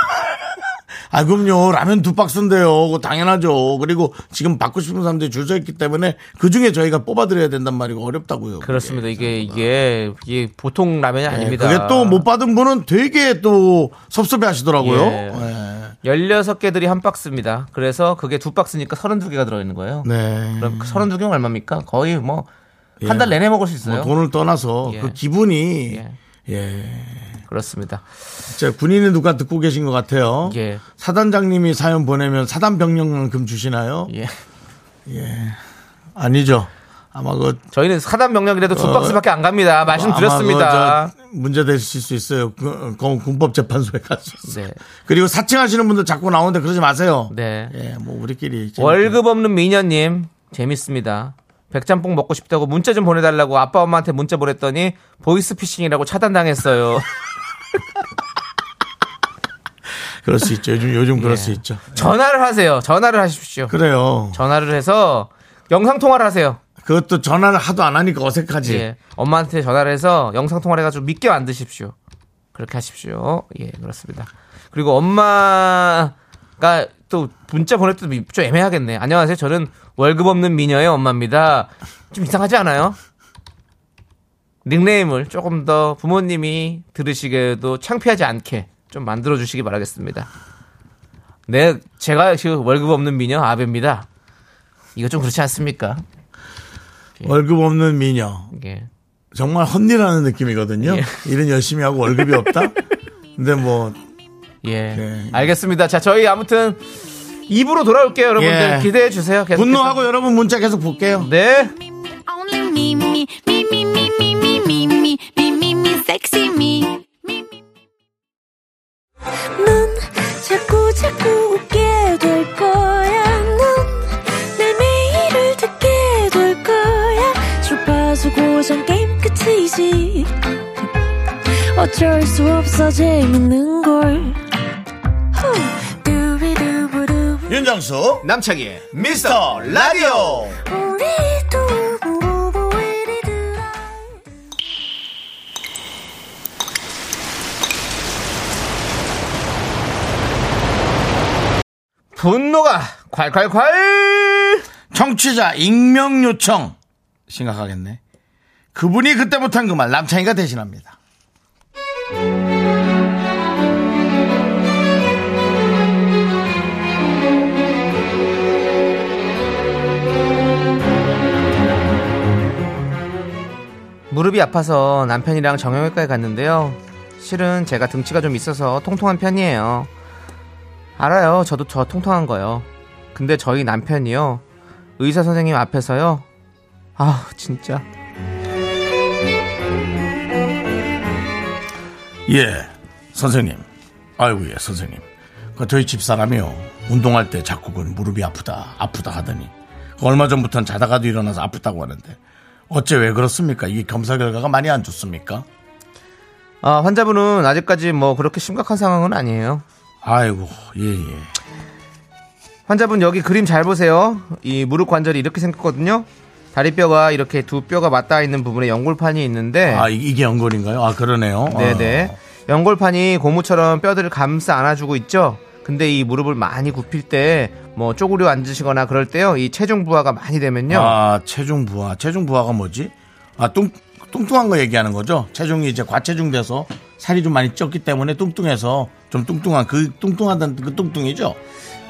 Speaker 1: 아 그럼요 라면 두 박스인데요 그거 당연하죠 그리고 지금 받고 싶은 사람들이 줄 서 있기 때문에 그중에 저희가 뽑아드려야 된단 말이고 어렵다고요 그게.
Speaker 2: 그렇습니다. 이게 이게 이게 보통 라면이
Speaker 1: 예,
Speaker 2: 아닙니다.
Speaker 1: 그게 또 못 받은 분은 되게 또 섭섭해 하시더라고요
Speaker 2: 예. 16개들이 한 박스입니다. 그래서 그게 두 박스니까 32개가 들어있는 거예요.
Speaker 1: 네
Speaker 2: 그럼 32개는 얼마입니까? 거의 뭐, 한 달 내내 먹을 수
Speaker 1: 뭐
Speaker 2: 있어요.
Speaker 1: 돈을 떠나서
Speaker 2: 예.
Speaker 1: 그 기분이
Speaker 2: 예.
Speaker 1: 예
Speaker 2: 그렇습니다.
Speaker 1: 진짜 군인이 누가 듣고 계신 것 같아요
Speaker 2: 예.
Speaker 1: 사단장님이 사연 보내면 사단 병력만큼 주시나요
Speaker 2: 예.
Speaker 1: 아니죠 아마 그
Speaker 2: 저희는 사단 명령이라도 두 박스밖에 안 갑니다.
Speaker 1: 어. 아마
Speaker 2: 말씀드렸습니다.
Speaker 1: 그거 저 문제 되실 수 있어요. 그, 그 군법재판소에 가서.
Speaker 2: 네.
Speaker 1: 그리고 사칭하시는 분들 자꾸 나오는데 그러지 마세요.
Speaker 2: 네.
Speaker 1: 예, 뭐 우리끼리 재밌게.
Speaker 2: 월급 없는 미녀님, 재밌습니다. 백짬뽕 먹고 싶다고 문자 좀 보내달라고 아빠 엄마한테 문자 보냈더니
Speaker 1: [laughs]
Speaker 2: 보이스피싱이라고 차단당했어요.
Speaker 1: 그럴 수 있죠. 요즘 요즘
Speaker 2: 예.
Speaker 1: 그럴 수 있죠.
Speaker 2: 전화를 하세요. 전화를 하십시오.
Speaker 1: 그래요.
Speaker 2: 전화를 해서 영상통화를 하세요.
Speaker 1: 그것도 전화를 하도 안 하니까 어색하지.
Speaker 2: 예. 엄마한테 전화를 해서 영상 통화를 해가지고 믿게 만드십시오. 그렇게 하십시오. 예, 그렇습니다. 그리고 엄마가 또 문자 보낼 때도 좀 애매하겠네. 안녕하세요. 저는 월급 없는 미녀의 엄마입니다. 좀 이상하지 않아요? 닉네임을 조금 더 부모님이 들으시게도 창피하지 않게 좀 만들어 주시기 바라겠습니다. 네, 제가 지금 월급 없는 미녀 아베입니다. 이거 좀 그렇지 않습니까?
Speaker 1: 월급 없는 미녀.
Speaker 2: 예.
Speaker 1: 정말 헛일하는 느낌이거든요.
Speaker 2: 예.
Speaker 1: 일은 열심히 하고 월급이 없다. 근데 뭐
Speaker 2: 예.
Speaker 1: 네.
Speaker 2: 알겠습니다. 자, 저희 아무튼 입으로 돌아올게요, 여러분들.
Speaker 1: 예.
Speaker 2: 기대해 주세요. 계속
Speaker 1: 분노하고 여러분 문자 계속 볼게요.
Speaker 2: 네.
Speaker 3: Only me, me, me, me, me, me, me, me, me, me, me, me, sexy me.
Speaker 4: 넌 자꾸 자꾸 웃게 될 거야. 넌내 매일을 듣게 될 거야. 주파수 고정 게임 끝이지. 어쩔 수 없어 재밌는 걸. 후. 두비두부두.
Speaker 1: 윤정수
Speaker 2: 남창희의 미스터 라디오.
Speaker 4: 우리 두부부부 우리 두라.
Speaker 2: 분노가 콸콸콸!
Speaker 1: 청취자 익명 요청 심각하겠네. 그분이 그때 못한 그 말 남창이가 대신합니다.
Speaker 2: 무릎이 아파서 남편이랑 정형외과에 갔는데요. 실은 제가 등치가 좀 있어서 통통한 편이에요. 알아요. 저도 저 통통한 거요. 근데 저희 남편이요. 의사 선생님 앞에서요. 아, 진짜.
Speaker 1: 예, 선생님. 아이고, 예, 선생님. 그 저희 집사람이요. 운동할 때 자꾸 그 무릎이 아프다, 아프다 하더니. 그 얼마 전부터는 자다가도 일어나서 아프다고 하는데. 어째 왜 그렇습니까? 이게 검사 결과가 많이 안 좋습니까?
Speaker 2: 아, 환자분은 아직까지 뭐 그렇게 심각한 상황은 아니에요.
Speaker 1: 아이고, 예, 예.
Speaker 2: 환자분 여기 그림 잘 보세요. 이 무릎 관절이 이렇게 생겼거든요. 다리뼈가 이렇게 두 뼈가 맞닿아 있는 부분에 연골판이 있는데
Speaker 1: 아, 이- 이게 연골인가요? 아, 그러네요.
Speaker 2: 네. 네네. 연골판이 고무처럼 뼈들을 감싸 안아주고 있죠. 근데 이 무릎을 많이 굽힐 때, 뭐 쪼그려 앉으시거나 그럴 때요, 이 체중 부하가 많이 되면요.
Speaker 1: 아, 체중 부하. 체중 부하가 뭐지? 아, 뚱, 뚱뚱한 거 얘기하는 거죠? 체중이 이제 과체중 돼서 살이 좀 많이 쪘기 때문에 뚱뚱해서 좀 뚱뚱한 그 뚱뚱하던 그 뚱뚱이죠?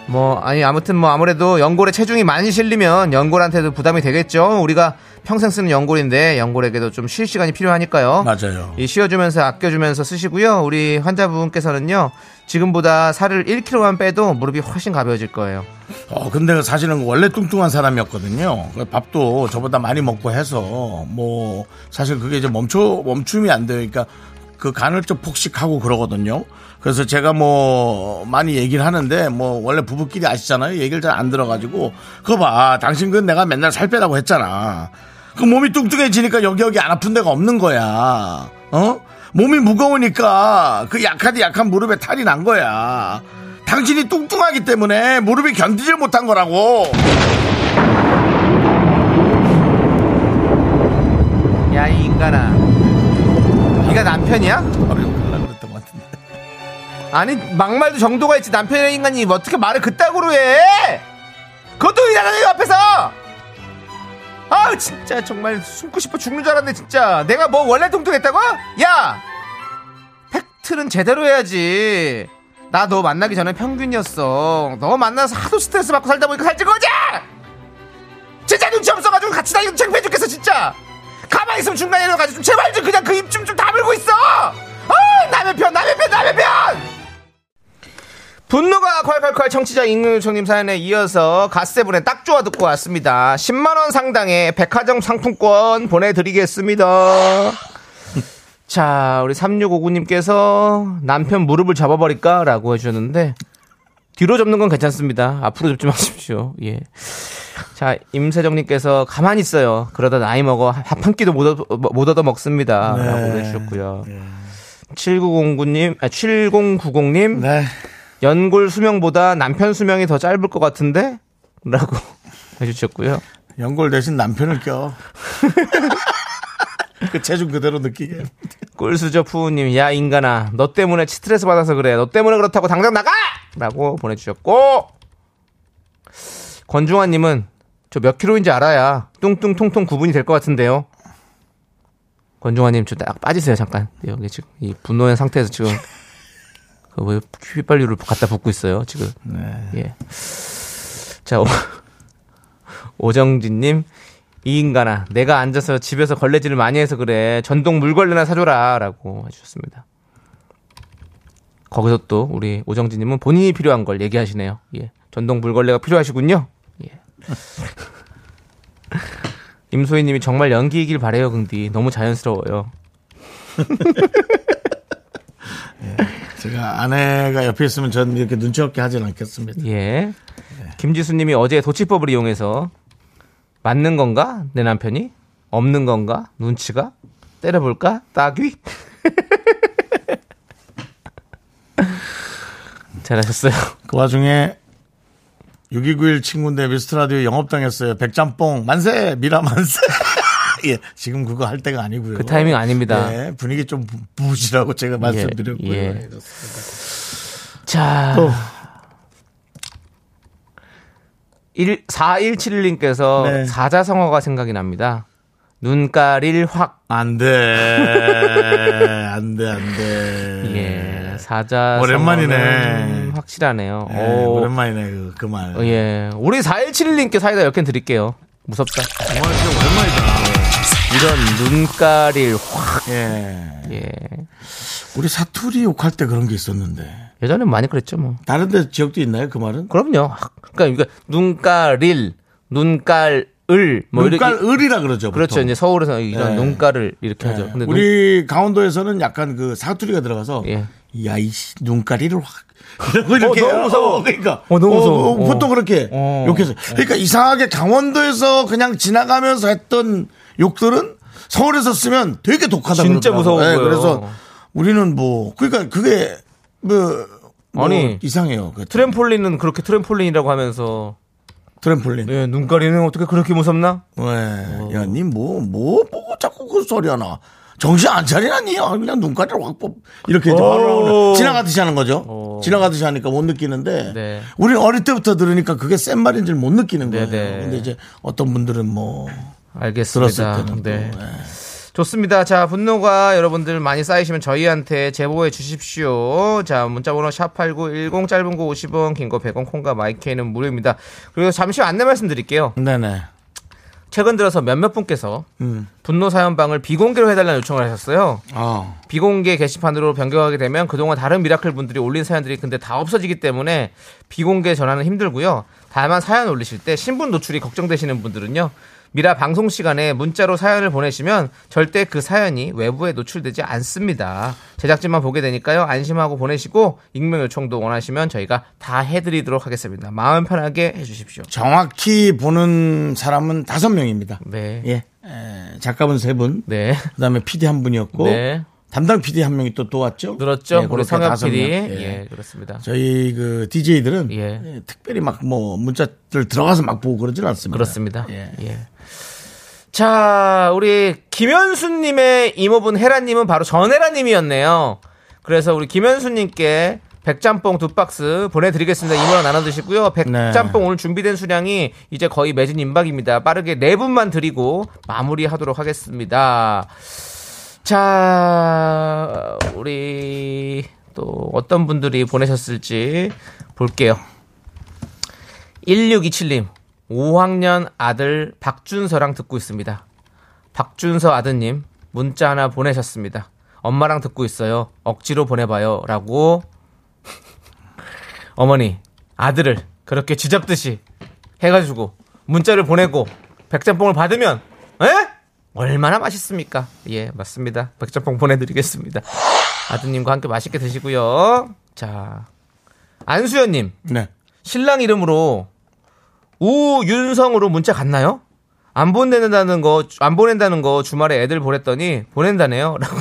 Speaker 2: 뭐 아니 아무튼 뭐 아무래도 연골에 체중이 많이 실리면 연골한테도 부담이 되겠죠. 우리가 평생 쓰는 연골인데 연골에게도 좀 쉴 시간이 필요하니까요.
Speaker 1: 맞아요.
Speaker 2: 이 쉬어주면서 예, 아껴주면서 쓰시고요. 우리 환자분께서는요 지금보다 살을 1kg만 빼도 무릎이 훨씬 가벼워질 거예요.
Speaker 1: 어, 근데 사실은 원래 뚱뚱한 사람이었거든요. 그 밥도 저보다 많이 먹고 해서 뭐 사실 그게 이제 멈춰 멈춤이 안 돼요. 그러니까 그 간헐적 폭식하고 그러거든요. 그래서 제가 뭐 많이 얘기를 하는데 뭐 원래 부부끼리 아시잖아요. 얘기를 잘 안 들어가지고 그거 봐. 당신 그 내가 맨날 살 빼라고 했잖아. 그 몸이 뚱뚱해지니까 여기 여기 안 아픈 데가 없는 거야. 어? 몸이 무거우니까 그 약하디 약한 무릎에 탈이 난 거야. 당신이 뚱뚱하기 때문에 무릎이 견디질 못한 거라고.
Speaker 2: 야 이 인간아, 네가 남편이야?
Speaker 1: 바로 욕하려 그랬던 것 같은데.
Speaker 2: 아니 막말도 정도가 있지 남편의 인간이 뭐 어떻게 말을 그따구로 해 그것도 일하는 앞에서 아 진짜 정말 숨고 싶어 죽는 줄 알았네 진짜 내가 뭐 원래 뚱뚱했다고? 야 팩트는 제대로 해야지 나 너 만나기 전에 평균이었어 너 만나서 하도 스트레스 받고 살다 보니까 살찐 거지 진짜 눈치 없어가지고 같이 다니고 창피해 죽겠어 진짜 가만히 있으면 중간에 일어나가지고 좀 제발 좀 그냥 그 입 좀 좀 다물고 있어 어 남의 편 남의 편 남의 편 분노가 콸콸콸 청취자 임금요청님 사연에 이어서 갓세븐의 딱 좋아 듣고 왔습니다 10만원 상당의 백화점 상품권 보내드리겠습니다 자 우리 3659님께서 남편 무릎을 잡아버릴까? 라고 해주셨는데 뒤로 접는 건 괜찮습니다 앞으로 접지 마십시오 예. 자, 임세정님께서 가만히 있어요. 그러다 나이 먹어 밥 한 끼도 못, 얻어, 못 얻어 먹습니다. 라고 보내주셨고요. 7909님, 아, 7090님,
Speaker 1: 네.
Speaker 2: 연골 수명보다 남편 수명이 더 짧을 것 같은데? 라고 [laughs] 해주셨고요.
Speaker 1: 연골 대신 남편을 껴. [laughs] 그 체중 그대로 느끼게.
Speaker 2: 꿀수저 푸우님, 야, 인간아. 너 때문에 스트레스 받아서 그래. 너 때문에 그렇다고 당장 나가! 라고 보내주셨고, 권중환님은 저 몇 킬로인지 알아야 뚱뚱통통 구분이 될 것 같은데요. 권중환님, 저 딱 빠지세요, 잠깐. 여기 지금 이 분노의 상태에서 지금 그왜 뭐 휘발유를 갖다 붓고 있어요, 지금. 예. 자, 오- 오정진님, 이 인간아, 내가 앉아서 집에서 걸레질을 많이 해서 그래. 전동 물걸레나 사줘라. 라고 해주셨습니다. 거기서 또 우리 오정진님은 본인이 필요한 걸 얘기하시네요. 예. 전동 물걸레가 필요하시군요. 예. [laughs] 임소희님이 정말 연기이길 바래요, 긍디. 너무 자연스러워요.
Speaker 1: 제가 아내가 옆에 있으면 전 이렇게 눈치 없게 하진 않겠습니다.
Speaker 2: 예. 김지수님이 어제 도치법을 이용해서 맞는 건가 내 남편이 없는 건가 눈치가 때려볼까 따귀 [laughs] 잘하셨어요.
Speaker 1: 그 와중에 6291 친구인데 미스트라디오 영업당했어요. 백짬뽕 만세 미라 만세. [laughs] 예, 지금 그거 할 때가 아니고요.
Speaker 2: 그 타이밍 아닙니다.
Speaker 1: 예, 분위기 좀 부- 부으시라고 제가 말씀드렸고요.
Speaker 2: 예. 자. 1, 4171님께서
Speaker 1: 네.
Speaker 2: 사자성어가 생각이 납니다. 눈가릴 확.
Speaker 1: 안 돼. 안 돼, 안 돼.
Speaker 2: 예. 사자.
Speaker 1: 네. 오랜만이네.
Speaker 2: 확실하네요.
Speaker 1: 예,
Speaker 2: 오.
Speaker 1: 오랜만이네, 그, 그 말.
Speaker 2: 어, 예. 우리 4171님께 사이다 10캔 드릴게요. 무섭다. 이런 눈가릴 확.
Speaker 1: 예.
Speaker 2: 예.
Speaker 1: 우리 사투리 욕할 때 그런 게 있었는데.
Speaker 2: 예전엔 많이 그랬죠, 뭐.
Speaker 1: 다른 데 지역도 있나요, 그 말은?
Speaker 2: 그럼요. 확. 그러니까 이거 눈가릴, 눈깔을 뭐
Speaker 1: 눈깔
Speaker 2: 이렇게
Speaker 1: 을이라 그러죠.
Speaker 2: 그렇죠.
Speaker 1: 보통.
Speaker 2: 이제 서울에서 이런
Speaker 1: 예.
Speaker 2: 눈가를 이렇게
Speaker 1: 예.
Speaker 2: 하죠. 근데 눈-
Speaker 1: 우리 강원도에서는 약간 그 사투리가 들어가서
Speaker 2: 예.
Speaker 1: 야, 이씨, 눈가리를 확. [laughs] 이러고 이렇게.
Speaker 2: 너무 무서워.
Speaker 1: 어, 그러니까.
Speaker 2: 어, 너무 무서워.
Speaker 1: 어, 보통
Speaker 2: 어.
Speaker 1: 그렇게
Speaker 2: 어.
Speaker 1: 욕해서. 그러니까 이상하게 강원도에서 그냥 지나가면서 했던 욕들은 서울에서 쓰면 되게 독하다
Speaker 2: 진짜
Speaker 1: 그러더라고요.
Speaker 2: 무서운
Speaker 1: 예,
Speaker 2: 거예요.
Speaker 1: 그래서 우리는 뭐, 그러니까 그게 뭐, 뭐
Speaker 2: 아니.
Speaker 1: 이상해요. 그
Speaker 2: 트램폴린은 그렇게 트램폴린이라고 하면서
Speaker 1: 트램폴린.
Speaker 2: 예, 눈가리는 어떻게 그렇게 무섭나? 어.
Speaker 1: 왜? 야, 니 뭐, 뭐 보고 자꾸 그 소리 하나. 정신 안 차리나, 니? 아, 그냥 눈가리를 확 뽑. 이렇게 이제
Speaker 2: 어.
Speaker 1: 바로 나오는. 지나가듯이 하는 거죠.
Speaker 2: 오.
Speaker 1: 지나가듯이 하니까 못 느끼는데.
Speaker 2: 어. 네.
Speaker 1: 우리 어릴 때부터 들으니까 그게 센 말인 줄 못 느끼는 거예요.
Speaker 2: 네네.
Speaker 1: 근데 이제 어떤 분들은 뭐, 들었을
Speaker 2: 알겠습니다.
Speaker 1: 때는.
Speaker 2: 네.
Speaker 1: 또, 예.
Speaker 2: 좋습니다. 자, 분노가 여러분들 많이 쌓이시면 저희한테 제보해 주십시오. 자, 문자번호 샵8910 짧은 거 50원, 긴 거 100원, 콩과 마이케이는 무료입니다. 그리고 잠시 후 안내 말씀드릴게요.
Speaker 1: 네네.
Speaker 2: 최근 들어서 몇몇 분께서
Speaker 1: 음.
Speaker 2: 분노 사연방을 비공개로 해달라는 요청을 하셨어요.
Speaker 1: 아.
Speaker 2: 비공개 게시판으로 변경하게 되면 그동안 다른 미라클 분들이 올린 사연들이 근데 다 없어지기 때문에 비공개 전환은 힘들고요. 다만 사연 올리실 때 신분 노출이 걱정되시는 분들은요. 미라 방송 시간에 문자로 사연을 보내시면 절대 그 사연이 외부에 노출되지 않습니다. 제작진만 보게 되니까요. 안심하고 보내시고 익명 요청도 원하시면 저희가 다 해드리도록 하겠습니다. 마음 편하게 해주십시오.
Speaker 1: 정확히 보는 사람은 다섯 명입니다.
Speaker 2: 네.
Speaker 1: 예. 에, 작가분 세 분.
Speaker 2: 네.
Speaker 1: 그 다음에 PD 한 분이었고.
Speaker 2: 네.
Speaker 1: 담당 PD 한 명이 또 도왔죠.
Speaker 2: 늘었죠?
Speaker 1: 예,
Speaker 2: 우리
Speaker 1: 그렇게
Speaker 2: 성엽
Speaker 1: 다섯
Speaker 2: PD. 예.
Speaker 1: 명. 예.
Speaker 2: 그렇습니다.
Speaker 1: 저희 그 DJ들은
Speaker 2: 예.
Speaker 1: 특별히 막 뭐 문자들 들어가서 막 보고 그러진 않습니다.
Speaker 2: 그렇습니다.
Speaker 1: 예.
Speaker 2: 예. 자, 우리 김현수님의 이모분 헤라님은 바로 전헤라님이었네요. 그래서 우리 김현수님께 백짬뽕 두 박스 보내드리겠습니다. 이모랑 나눠 드시고요.
Speaker 1: 네.
Speaker 2: 백짬뽕 오늘 준비된 수량이 이제 거의 매진 임박입니다. 빠르게 네 분만 드리고 마무리하도록 하겠습니다. 자, 우리 또 어떤 분들이 보내셨을지 볼게요. 1627님, 5학년 아들 박준서랑 듣고 있습니다. 박준서 아드님, 문자 하나 보내셨습니다. 엄마랑 듣고 있어요. 억지로 보내봐요. 라고. [laughs] 어머니, 아들을 그렇게 쥐잡듯이 해가지고 문자를 보내고 백짬뽕을 받으면, 에? 얼마나 맛있습니까? 예, 맞습니다. 백짬뽕 보내드리겠습니다. 아드님과 함께 맛있게 드시고요. 자, 안수연님.
Speaker 1: 네.
Speaker 2: 신랑 이름으로 우윤성으로 문자 갔나요? 안 보낸다는 거, 안 보낸다는 거 주말에 애들 보냈더니 보낸다네요. [laughs] 라고.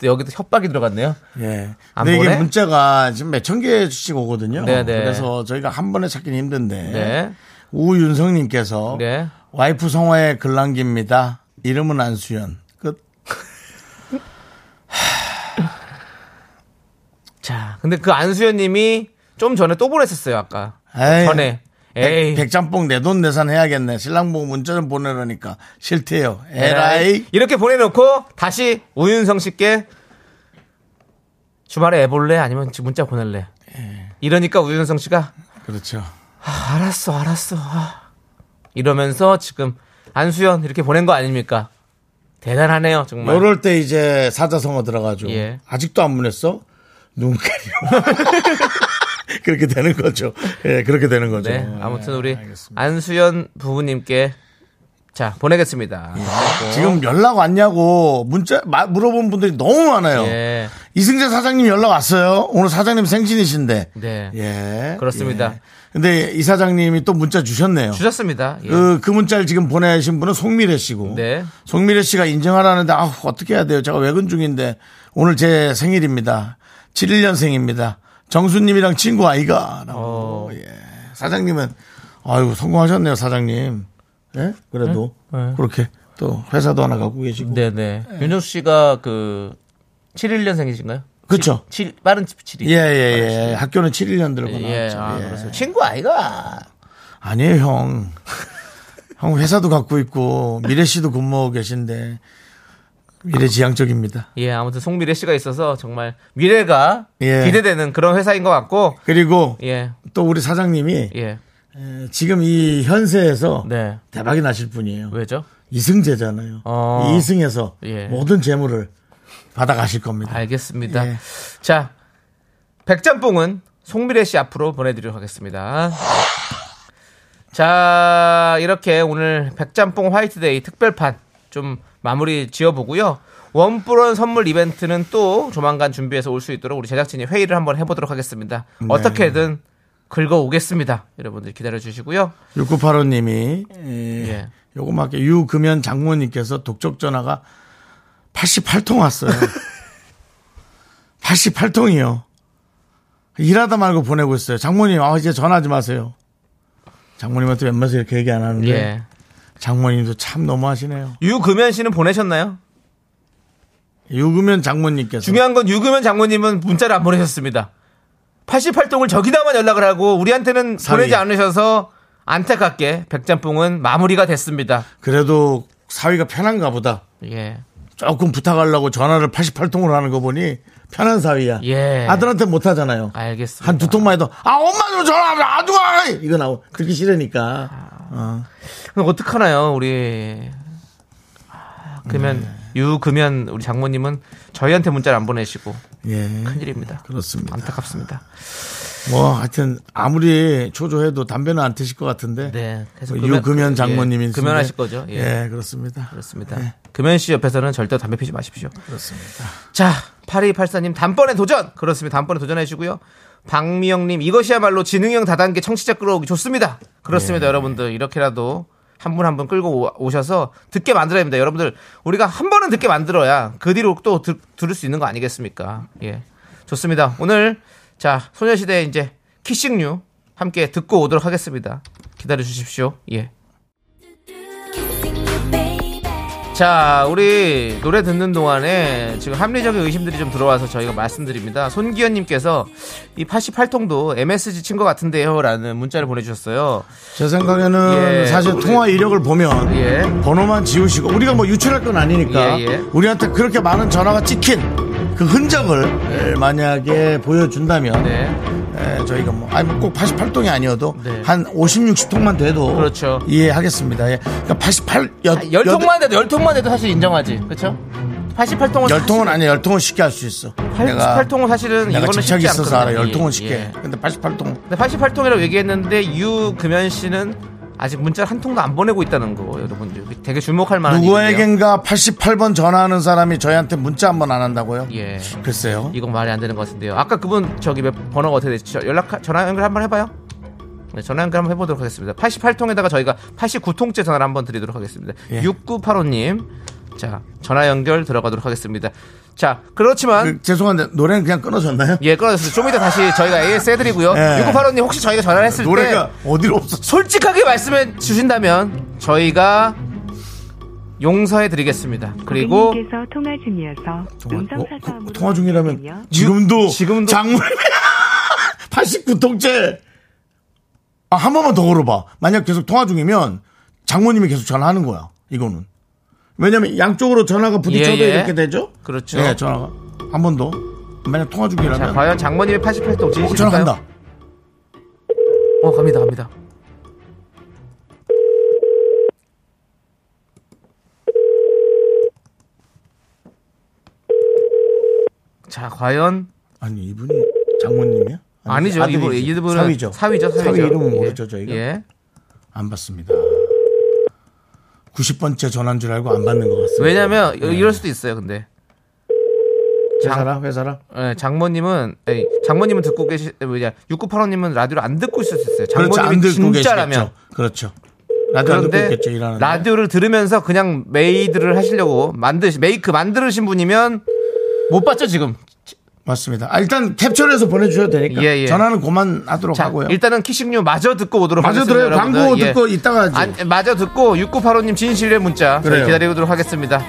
Speaker 2: 또 여기도 협박이 들어갔네요.
Speaker 1: 예.
Speaker 2: 안
Speaker 1: 근데 이게
Speaker 2: 보내?
Speaker 1: 문자가 지금 몇 천 개씩 오거든요.
Speaker 2: 네, 네.
Speaker 1: 그래서 저희가 한 번에 찾기는 힘든데.
Speaker 2: 네.
Speaker 1: 우윤성님께서
Speaker 2: 네.
Speaker 1: 와이프 성화에 글 남깁니다. 이름은 안수연. 끝.
Speaker 2: 자, 근데 그 안수연 님이 좀 전에 또 보냈었어요, 아까.
Speaker 1: 에이.
Speaker 2: 전에. 에이.
Speaker 1: 백, 백짬뽕 내 돈 내산 해야겠네. 신랑 보고 문자 좀 보내라니까 싫대요. 에라이.
Speaker 2: 이렇게 보내놓고 다시 우윤성 씨께 주말에 애 볼래? 아니면 문자 보낼래?
Speaker 1: 예.
Speaker 2: 이러니까 우윤성 씨가
Speaker 1: 그렇죠.
Speaker 2: 아, 알았어, 알았어. 아. 이러면서 지금 안수연 이렇게 보낸 거 아닙니까? 대단하네요, 정말.
Speaker 1: 요럴 때 이제 사자성어 들어가죠.
Speaker 2: 예.
Speaker 1: 아직도 안 보냈어? 눈가리로. [laughs] 그렇게 되는 거죠. 예, 그렇게 되는 거죠.
Speaker 2: 네, 아무튼 우리
Speaker 1: 예, 알겠습니다.
Speaker 2: 안수연 부부님께 자 보내겠습니다.
Speaker 1: 예.
Speaker 2: 뭐.
Speaker 1: 지금 연락 왔냐고 문자 마- 물어본 분들이 너무 많아요.
Speaker 2: 예,
Speaker 1: 이승재 사장님 연락 왔어요. 오늘 사장님 생신이신데.
Speaker 2: 네,
Speaker 1: 예.
Speaker 2: 그렇습니다.
Speaker 1: 예. 근데 이 사장님이 또 문자 주셨네요.
Speaker 2: 주셨습니다. 예.
Speaker 1: 그, 그 문자를 지금 보내신 분은 송미래 씨고.
Speaker 2: 네.
Speaker 1: 송미래 씨가 인정하라는데, 아우, 어떻게 해야 돼요? 제가 외근 중인데, 오늘 제 생일입니다. 71년생입니다. 정수님이랑 친구 아이가.
Speaker 2: 어.
Speaker 1: 라고. 예. 사장님은, 아유, 성공하셨네요, 사장님. 예? 그래도. 그렇게 또 회사도 하나 갖고 계시고.
Speaker 2: 네, 네. 윤정 씨가 그 71년생이신가요?
Speaker 1: 그쵸.
Speaker 2: 7, 빠른 7이.
Speaker 1: 예, 예, 예. 학교는 71년 들고 나왔죠.
Speaker 2: 예, 아,
Speaker 1: 예.
Speaker 2: 그렇습니다. 친구 아이가
Speaker 1: 아니에요, 형. 형 회사도 갖고 있고, 미래 씨도 근무하고 계신데, 미래 지향적입니다.
Speaker 2: 예, 아무튼 송미래 씨가 있어서 정말 미래가
Speaker 1: 예.
Speaker 2: 기대되는 그런 회사인 것 같고
Speaker 1: 그리고
Speaker 2: 예,
Speaker 1: 또 우리 사장님이
Speaker 2: 예,
Speaker 1: 에, 지금 이 현세에서
Speaker 2: 네.
Speaker 1: 대박이 나실 분이에요.
Speaker 2: 왜죠?
Speaker 1: 이승제잖아요.
Speaker 2: 어.
Speaker 1: 이 이승에서
Speaker 2: 예.
Speaker 1: 모든 재물을 받아가실 겁니다.
Speaker 2: 알겠습니다.
Speaker 1: 예.
Speaker 2: 자, 백짬뽕은 송미래 씨 앞으로 보내드리도록 하겠습니다. 자, 이렇게 오늘 백짬뽕 화이트데이 특별판 좀 마무리 지어보고요. 원뿔원 선물 이벤트는 또 조만간 준비해서 올 수 있도록 우리 제작진이 회의를 한번 해보도록 하겠습니다. 어떻게든 긁어오겠습니다. 여러분들 기다려주시고요.
Speaker 1: 6985님이
Speaker 2: 예.
Speaker 1: 요거만 할게 유금연 장모님께서 독촉 전화가
Speaker 2: [laughs]
Speaker 1: 88통 왔어요. 88통이요. 일하다 말고 보내고 있어요. 장모님, 아, 이제 전화하지 마세요. 장모님한테 웬만해서 이렇게 얘기 안 하는데.
Speaker 2: 예.
Speaker 1: 장모님도 참 너무하시네요.
Speaker 2: 유금현 씨는 보내셨나요?
Speaker 1: 유금현 장모님께서.
Speaker 2: 중요한 건 유금현 장모님은 문자를 안 보내셨습니다. 88동을 저기다만 연락을 하고 우리한테는
Speaker 1: 사위.
Speaker 2: 보내지 않으셔서 안타깝게 백짬뽕은 마무리가 됐습니다.
Speaker 1: 그래도 사위가 편한가 보다.
Speaker 2: 예.
Speaker 1: 조금 부탁하려고 전화를 88통으로 하는 거 보니 편한 사위야.
Speaker 2: 예.
Speaker 1: 아들한테 못 하잖아요.
Speaker 2: 알겠습니다.
Speaker 1: 한 두 통만 해도 아 엄마 좀 전화하자 아주가 이거 나오 듣기
Speaker 2: 아,
Speaker 1: 싫으니까
Speaker 2: 그럼 어떡하나요, 우리. 아, 그러면, 유금현 우리 장모님은 저희한테 문자를 안 보내시고.
Speaker 1: 예
Speaker 2: 큰일입니다.
Speaker 1: 그렇습니다.
Speaker 2: 안타깝습니다.
Speaker 1: 뭐 하여튼 아무리 초조해도 담배는 안 드실 것 같은데
Speaker 2: 네, 계속
Speaker 1: 뭐
Speaker 2: 금연-
Speaker 1: 유금현
Speaker 2: 예,
Speaker 1: 장모님인
Speaker 2: 금연하실 거죠?
Speaker 1: 예,
Speaker 2: 예.
Speaker 1: 그렇습니다.
Speaker 2: 그렇습니다. 금현 씨 옆에서는 절대 담배 피지 마십시오.
Speaker 1: 그렇습니다.
Speaker 2: 자, 8284님, 단번에 도전! 그렇습니다. 단번에 도전해주고요. 박미영님, 이것이야말로 지능형 다단계 청취자 끌어오기 좋습니다. 그렇습니다, 여러분들. 이렇게라도 한 분 한 분 끌고 오- 오셔서 듣게 만들어야 됩니다. 여러분들, 우리가 한 번은 듣게 만들어야 그 뒤로 또 들, 을수 있는 거 아니겠습니까? 예. 좋습니다. 오늘, 자, 소녀시대 이제 키싱류 함께 듣고 오도록 하겠습니다. 기다려 주십시오. 예. 자, 우리 노래 듣는 동안에 지금 합리적인 의심들이 좀 들어와서 저희가 말씀드립니다. 손기현님께서 이 88통도 MSG 친 것 같은데요. 라는 문자를 보내주셨어요.
Speaker 1: 제 생각에는
Speaker 2: 예.
Speaker 1: 사실 통화 이력을 보면
Speaker 2: 예.
Speaker 1: 번호만 지우시고 우리가 뭐 유출할 건 아니니까
Speaker 2: 예, 예.
Speaker 1: 우리한테 그렇게 많은 전화가 찍힌 그 흔적을 만약에 보여준다면
Speaker 2: 네.
Speaker 1: 에, 저희가 뭐, 아니, 뭐꼭 88통이 아니어도
Speaker 2: 네.
Speaker 1: 한 50, 60통만 돼도
Speaker 2: 그렇죠.
Speaker 1: 이해하겠습니다. 예. 그러니까 88,
Speaker 2: 아, 10통만 돼도, 10통만 돼도 사실 인정하지. 그쵸? 88통은.
Speaker 1: 10통은 아니야. 10통은 쉽게 할 수 있어.
Speaker 2: 88통은 사실은
Speaker 1: 내가
Speaker 2: 이거는
Speaker 1: 집착이
Speaker 2: 쉽지
Speaker 1: 있어서 알아.
Speaker 2: 않거든요.
Speaker 1: 10통은
Speaker 2: 예,
Speaker 1: 쉽게.
Speaker 2: 예.
Speaker 1: 근데 88통.
Speaker 2: 근데 88통이라고 얘기했는데 유금현 씨는 아직 문자를 한 통도 안 보내고 있다는 거 여러분들 되게 주목할 만한 일인데요.
Speaker 1: 누구에겐가 88번 전화하는 사람이 저희한테 문자 한 번 안 한다고요?
Speaker 2: 예.
Speaker 1: 글쎄요.
Speaker 2: 이건 말이 안 되는 것 같은데요. 아까 그분 저기 몇 번호가 어떻게 되지? 저 연락 전화 연결 한번 해봐요. 네, 전화 연결 한번 해보도록 하겠습니다. 88통에다가 저희가 89통째 전화를 한번 드리도록 하겠습니다.
Speaker 1: 예.
Speaker 2: 6985님, 자 전화 연결 들어가도록 하겠습니다. 자 그렇지만
Speaker 1: 그, 죄송한데, 노래는 그냥 끊어졌나요?
Speaker 2: 예 끊어졌어요. 좀 이따 다시 저희가 AS 해드리고요.
Speaker 1: 예.
Speaker 2: 6985님 혹시 저희가 전화를 했을
Speaker 1: 노래가
Speaker 2: 때
Speaker 1: 어디로 없었어?
Speaker 2: 솔직하게 말씀해 주신다면 저희가 용서해 드리겠습니다. 어, 그리고
Speaker 5: 고객님께서 통화 중이어서
Speaker 1: 통화,
Speaker 5: 음성
Speaker 1: 어,
Speaker 5: 사과음으로
Speaker 1: 그- 통화 중이라면
Speaker 5: 보내주세요.
Speaker 1: 지금도, [laughs]
Speaker 2: 지금도-
Speaker 1: 장물 89통째 아, 한 번만 더 걸어봐. 만약 계속 통화 중이면 장모님이 계속 전화하는 거야. 이거는. 왜냐면 양쪽으로 전화가 부딪혀도
Speaker 2: 예, 예.
Speaker 1: 이렇게 되죠?
Speaker 2: 그렇죠.
Speaker 1: 예, 전화가. 한 번 더. 만약 통화
Speaker 2: 자
Speaker 1: 중이라면
Speaker 2: 과연 장모님의 88통
Speaker 1: 어,
Speaker 2: 진실인가요?
Speaker 1: 전화 간다.
Speaker 2: 어 갑니다 갑니다 자 과연
Speaker 1: 아니, 이분이 장모님이야?
Speaker 2: 아니죠
Speaker 1: 아들이지.
Speaker 2: 이분 이분은
Speaker 1: 사위죠.
Speaker 2: 사위죠 사위죠
Speaker 1: 사위 이름은
Speaker 2: 예.
Speaker 1: 모르죠, 저희가.
Speaker 2: 예.
Speaker 1: 안 받습니다. 90번째 전화인 줄 알고 안 받는 것 같습니다. 네.
Speaker 2: 왜냐면 이- 이럴 수도 있어요 근데
Speaker 1: 회사라, 회사라.
Speaker 2: 예, 장모님은 에이, 장모님은 듣고 계시 뭐냐 6985님은 라디오를 안 듣고 있을 수 있어요
Speaker 1: 그렇죠. 안
Speaker 2: 장모님이
Speaker 1: 듣고
Speaker 2: 진짜라면
Speaker 1: 계시겠죠. 그렇죠. 라디오 안 듣고
Speaker 2: 그런데
Speaker 1: 있겠죠. 일하는.
Speaker 2: 라디오를 들으면서 그냥 메이드를 하시려고 만드시 메이크 만드신 분이면 못 봤죠 지금
Speaker 1: 맞습니다. 아, 일단 캡처를 해서 보내주셔도 되니까.
Speaker 2: 예, 예.
Speaker 1: 전화는 그만하도록
Speaker 2: 자,
Speaker 1: 하고요.
Speaker 2: 일단은 키싱류 마저 듣고 오도록
Speaker 1: 마저
Speaker 2: 하겠습니다.
Speaker 1: 들어요.
Speaker 2: 여러분들.
Speaker 1: 광고 듣고 이따가 하죠.
Speaker 2: 아니, 마저 듣고 6985님 진실의 문자 저희
Speaker 1: 그래요.
Speaker 2: 기다리도록 하겠습니다.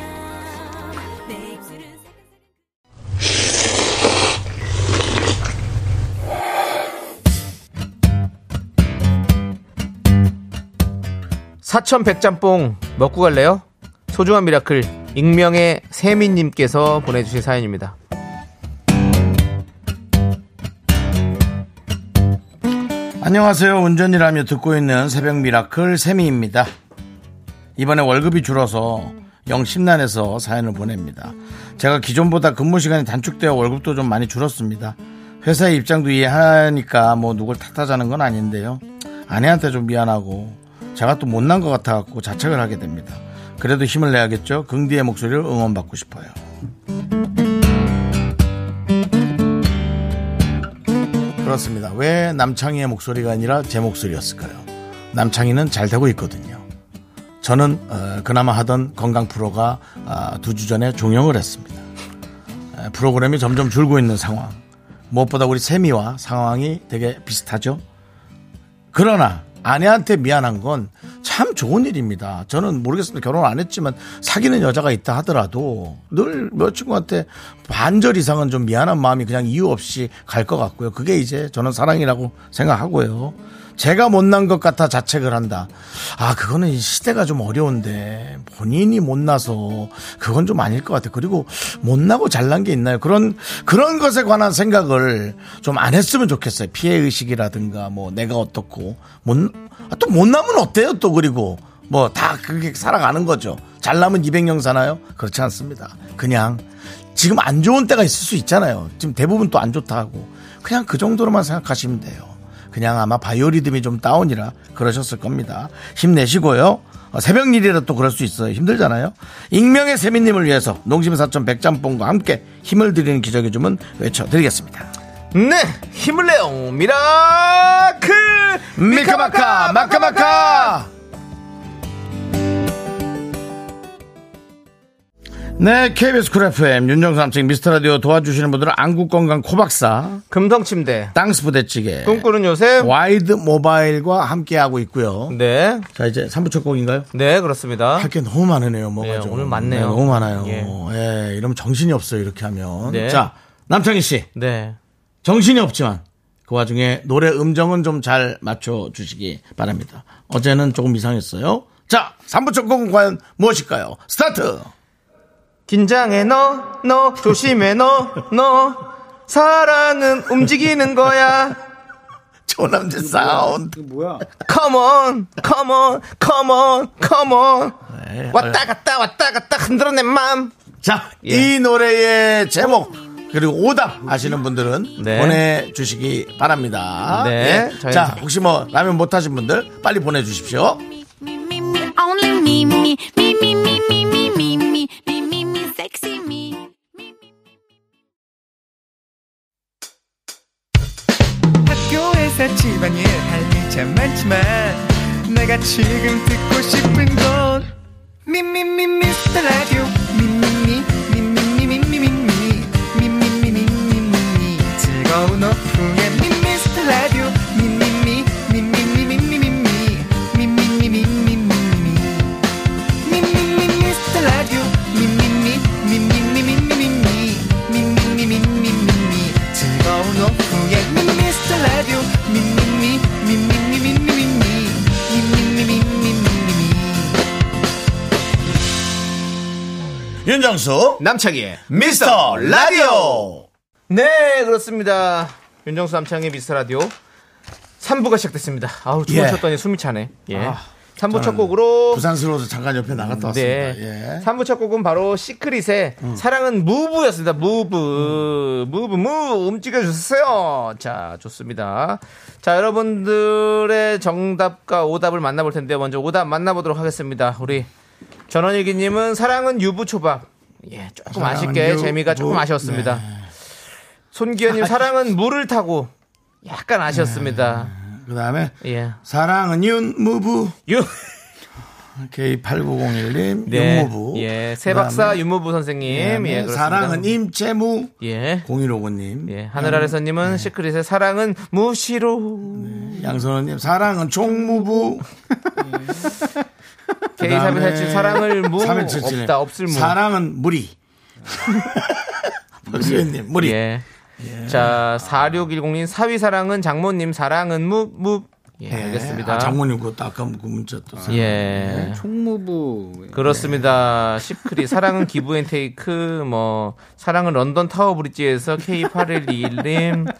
Speaker 2: 사천 백짬뽕 먹고 갈래요? 소중한 미라클 익명의 세민님께서 보내주신 사연입니다.
Speaker 1: 안녕하세요. 운전을 하며 듣고 있는 새벽 미라클 세미입니다. 이번에 월급이 줄어서 영심난에서 사연을 보냅니다. 제가 기존보다 근무 시간이 단축되어 월급도 좀 많이 줄었습니다. 회사의 입장도 이해하니까 뭐 누굴 탓하자는 건 아닌데요. 아내한테 좀 미안하고 제가 또 못난 것 같아갖고 자책을 하게 됩니다. 그래도 힘을 내야겠죠. 긍디의 목소리를 응원받고 싶어요. 그렇습니다. 왜 남창희의 목소리가 아니라 제 목소리였을까요? 남창희는 잘 되고 있거든요. 저는 어, 그나마 하던 건강 프로가 아, 두 주 전에 종영을 했습니다. 에, 프로그램이 점점 줄고 있는 상황. 무엇보다 우리 세미와 상황이 되게 비슷하죠. 그러나 아내한테 미안한 건 참 좋은 일입니다. 저는 모르겠습니다. 결혼 안 했지만 사귀는 여자가 있다 하더라도 늘 여자친구한테 반절 이상은 좀 미안한 마음이 그냥 이유 없이 갈 것 같고요. 그게 이제 저는 사랑이라고 생각하고요. 제가 못난 것 같아 자책을 한다. 아, 그거는 이 시대가 좀 어려운데 본인이 못나서 그건 좀 아닐 것 같아. 그리고 못나고 잘난 게 있나요? 그런 그런 것에 관한 생각을 좀 안 했으면 좋겠어요. 피해 의식이라든가 뭐 내가 어떻고 못또 못나면 어때요? 또 그리고 뭐 다 그게 살아가는 거죠. 잘나면 200령 사나요? 그렇지 않습니다. 그냥 지금 안 좋은 때가 있을 수 있잖아요. 지금 대부분 또 안 좋다 하고 그냥 그 정도로만 생각하시면 돼요. 그냥 아마 바이오리듬이 좀 다운이라 그러셨을 겁니다. 힘내시고요. 어, 새벽 일이라 또 그럴 수 있어요. 힘들잖아요. 익명의 세미님을 위해서 농심 사천 백짬뽕과 함께 힘을 드리는 기적의 주문 외쳐드리겠습니다.
Speaker 2: 네, 힘을 내요. 미라클!
Speaker 1: 미카마카 마카마카 네 KBS 쿨 FM 윤정삼층 미스터라디오 도와주시는 분들은 안구건강 코박사
Speaker 2: 금성침대.
Speaker 1: 땅스부대찌개
Speaker 2: 꿈꾸는 요새.
Speaker 1: 와이드 모바일과 함께하고 있고요
Speaker 2: 네.
Speaker 1: 자 이제 3부 첫 곡인가요?
Speaker 2: 네, 그렇습니다.
Speaker 1: 할 게 너무 많으네요 뭐가
Speaker 2: 네,
Speaker 1: 좀.
Speaker 2: 오늘 많네요.
Speaker 1: 네, 너무 많아요
Speaker 2: 예.
Speaker 1: 예, 이러면 정신이 없어요 이렇게 하면
Speaker 2: 네.
Speaker 1: 자 남창희씨
Speaker 2: 네.
Speaker 1: 정신이 없지만 그 와중에 노래 음정은 좀 잘 맞춰주시기 바랍니다. 어제는 조금 이상했어요. 자, 3부 첫 곡은 과연 무엇일까요? 스타트!
Speaker 2: 긴장해 너, 너, 조심해 너, 너. 사랑은 움직이는 거야.
Speaker 1: 조남진 사운드.
Speaker 2: Come on, come on, come on, come on. 왔다 갔다 왔다 갔다 흔들어 내 맘.
Speaker 1: 자,
Speaker 2: 예.
Speaker 1: 이 노래의 제목. 그리고 오답 아시는 분들은
Speaker 2: 네.
Speaker 1: 보내주시기 바랍니다.
Speaker 2: 네,
Speaker 1: 예.
Speaker 2: 저희는-
Speaker 1: 자, 혹시 뭐 라면 못하신 분들 빨리 보내주십시오.
Speaker 3: me, me, only me, me, me, me, me, me, me, me, me, me, me, me, sexy me.
Speaker 5: 학교에서 집안일 할 일 참 많지만 내가 지금 듣고 싶은 건 미미미 미스터 라디오 미미미 미미미 미미미 미미미 미미미 즐거운 오후에 미스터 라디오 미미미 미미미 미미미 미미미 미미미
Speaker 1: 윤정수,
Speaker 2: 남창희의
Speaker 1: 미스터 라디오!
Speaker 2: 네, 그렇습니다. 윤정수 남창의 미스터 라디오 3부가 시작됐습니다. 아우, 주무셨더니 숨이 차네. 예. 3부 첫 곡으로
Speaker 1: 예. 아, 부산스러워서 잠깐 옆에 나갔다 왔습니다.
Speaker 2: 네.
Speaker 1: 예. 음.
Speaker 2: 3부 첫 곡은 바로 시크릿의 사랑은 무브였습니다. 무브. 무브, 무. 움직여주세요. 자, 좋습니다. 자, 여러분들의 정답과 오답을 만나볼 텐데, 먼저 오답 만나보도록 하겠습니다. 우리 전원일기님은 사랑은 유부초밥. 예, 조금
Speaker 1: 사랑은
Speaker 2: 아쉽게
Speaker 1: 유-
Speaker 2: 재미가 조금
Speaker 1: 무- 네. 아,
Speaker 2: 아쉬웠습니다. 손기현님 사랑은 물을 타고 약간 아쉬웠습니다.
Speaker 1: 그 다음에
Speaker 2: 예.
Speaker 1: 사랑은 윤무부
Speaker 2: 유,
Speaker 1: K8901님
Speaker 2: 네.
Speaker 1: 윤무부 네.
Speaker 2: 예. 세박사 윤무부 선생님. 예, 그렇습니다.
Speaker 1: 사랑은 임채무
Speaker 2: 예.
Speaker 1: 0159님
Speaker 2: 예, 하늘 아래서님은 시크릿의 사랑은 무시로.
Speaker 1: 양선호님 사랑은 총무부
Speaker 2: k 3 1 7 그 사랑을 무 없다 없을 무.
Speaker 1: 사랑은
Speaker 2: [laughs]
Speaker 1: 무리 박수현님 무리
Speaker 2: 예. 자, 4610님 사위 사랑은 장모님 사랑은 무 무. 예,
Speaker 1: 예.
Speaker 2: 알겠습니다.
Speaker 1: 아, 장모님 그것도 아까 그 문자 또
Speaker 2: 예. 총무부. 그렇습니다. 시크릿 사랑은 기부 앤 테이크 뭐 사랑은 런던 타워 브릿지에서 K8121님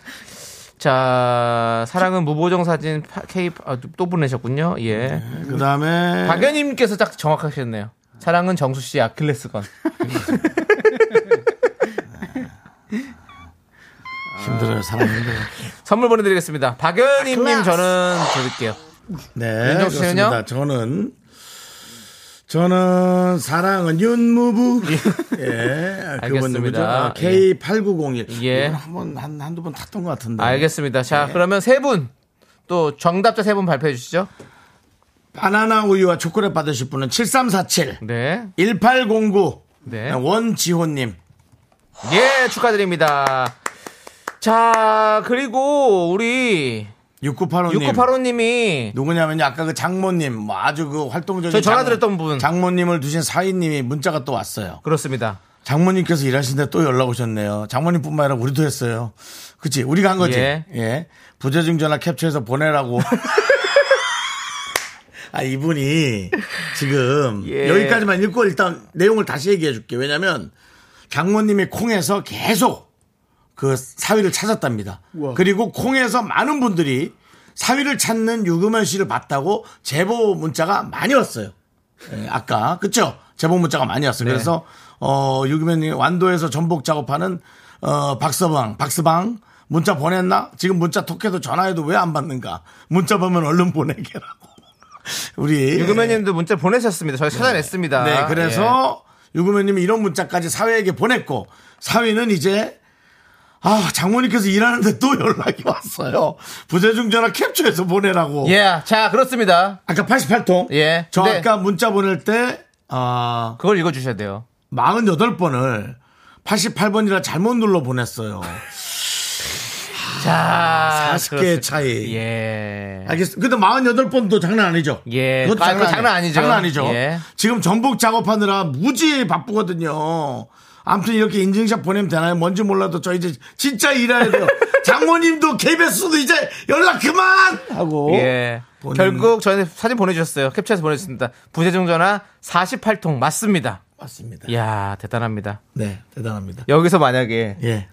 Speaker 2: 자, 사랑은 무보정 사진 파- K 아, 또 보내셨군요. 예.
Speaker 1: 그 다음에
Speaker 2: 박연님께서 딱 정확하셨네요. 사랑은 정수 씨 아킬레스건.
Speaker 1: 힘들어요 사랑
Speaker 2: [laughs]
Speaker 1: 힘들어요
Speaker 2: 선물 보내드리겠습니다. 박연임님 저는 드릴게요.
Speaker 1: 네
Speaker 2: 윤정수 씨는요?
Speaker 1: 그렇습니다 저는 저는 사랑은 윤무부 [laughs] 예 그분 누구죠
Speaker 2: 알겠습니다.
Speaker 1: 아, K8901
Speaker 2: 예.
Speaker 1: 이건 한번 한 한두 번 탔던 것 같은데
Speaker 2: 알겠습니다. 자,
Speaker 1: 네.
Speaker 2: 그러면 세 분. 또 정답자 세 분 발표해 주시죠.
Speaker 1: 바나나 우유와 초콜릿 받으실 분은 7347
Speaker 2: 네.
Speaker 1: 1809
Speaker 2: 네.
Speaker 1: 원지호님
Speaker 2: 예, 축하드립니다. 자, 그리고 우리
Speaker 1: 6985님.
Speaker 2: 6985님이
Speaker 1: 누구냐면요. 아까 그 장모님, 뭐 아주 그 활동적인.
Speaker 2: 저희 전화
Speaker 1: 장-
Speaker 2: 드렸던 분.
Speaker 1: 장모님을 두신 사인님이 문자가 또 왔어요.
Speaker 2: 그렇습니다.
Speaker 1: 장모님께서 일하시는데 또 연락 오셨네요. 장모님뿐만 아니라 우리도 했어요. 그치? 우리가 한 거지.
Speaker 2: 예.
Speaker 1: 예. 부재중 전화 캡처해서
Speaker 2: [laughs]
Speaker 1: 보내라고. 아, 이분이 지금
Speaker 2: 예.
Speaker 1: 여기까지만 읽고 일단 내용을 다시 얘기해 줄게. 왜냐면 장모님이 콩에서 계속 그 사위를 찾았답니다. 그리고 콩에서 많은 분들이 사위를 찾는 유금현 씨를 봤다고 제보 문자가 많이 왔어요. 예, 아까 그쵸 제보 문자가 많이 왔어요.
Speaker 2: 네.
Speaker 1: 그래서 어 유기면이 완도에서 전복 작업하는 어 박서방 박서방 문자 보냈나? 지금 문자 톡해도 전화해도 왜 안 받는가? 문자 보면 얼른 보내게라고. [laughs] 우리
Speaker 2: 유금현님도 문자 보내셨습니다. 저희 찾아냈습니다.
Speaker 1: 네, 그래서
Speaker 2: 예.
Speaker 1: 유구매님이 이런 문자까지 사회에게 보냈고 사회는 이제 아 장모님께서 일하는데 또 연락이 왔어요. 부재중 전화 캡처해서 보내라고.
Speaker 2: 예. 예, 자 그렇습니다.
Speaker 1: 아까 88통.
Speaker 2: 예.
Speaker 1: 저
Speaker 2: 네.
Speaker 1: 아까 문자 보낼 때 아,
Speaker 2: 그걸 읽어주셔야 돼요.
Speaker 1: 48번을 88번이라 잘못 눌러 보냈어요.
Speaker 2: 자,
Speaker 1: 40 아, 개의
Speaker 2: 그렇습니다.
Speaker 1: 차이. 아,
Speaker 2: 예.
Speaker 1: 알겠습니다. 근데 48번도 장난 아니죠?
Speaker 2: 예.
Speaker 1: 그것도
Speaker 2: 아,
Speaker 1: 장난,
Speaker 2: 그거 장난 아니죠.
Speaker 1: 장난 아니죠.
Speaker 2: 예.
Speaker 1: 지금 전복 작업하느라 무지 바쁘거든요. 아무튼 이렇게 인증샷 보내면 되나요? 뭔지 몰라도 저 이제 진짜 일해야
Speaker 2: [laughs]
Speaker 1: 돼요. 장모님도 KBS도 이제 연락 그만! 하고.
Speaker 2: 예.
Speaker 1: 보내는-
Speaker 2: 결국 저희 사진 보내주셨어요. 캡처해서 보내주셨습니다. 부재중 전화 48통 맞습니다.
Speaker 1: 맞습니다.
Speaker 2: 이야 대단합니다.
Speaker 1: 네, 대단합니다.
Speaker 2: 여기서 만약에
Speaker 1: 예.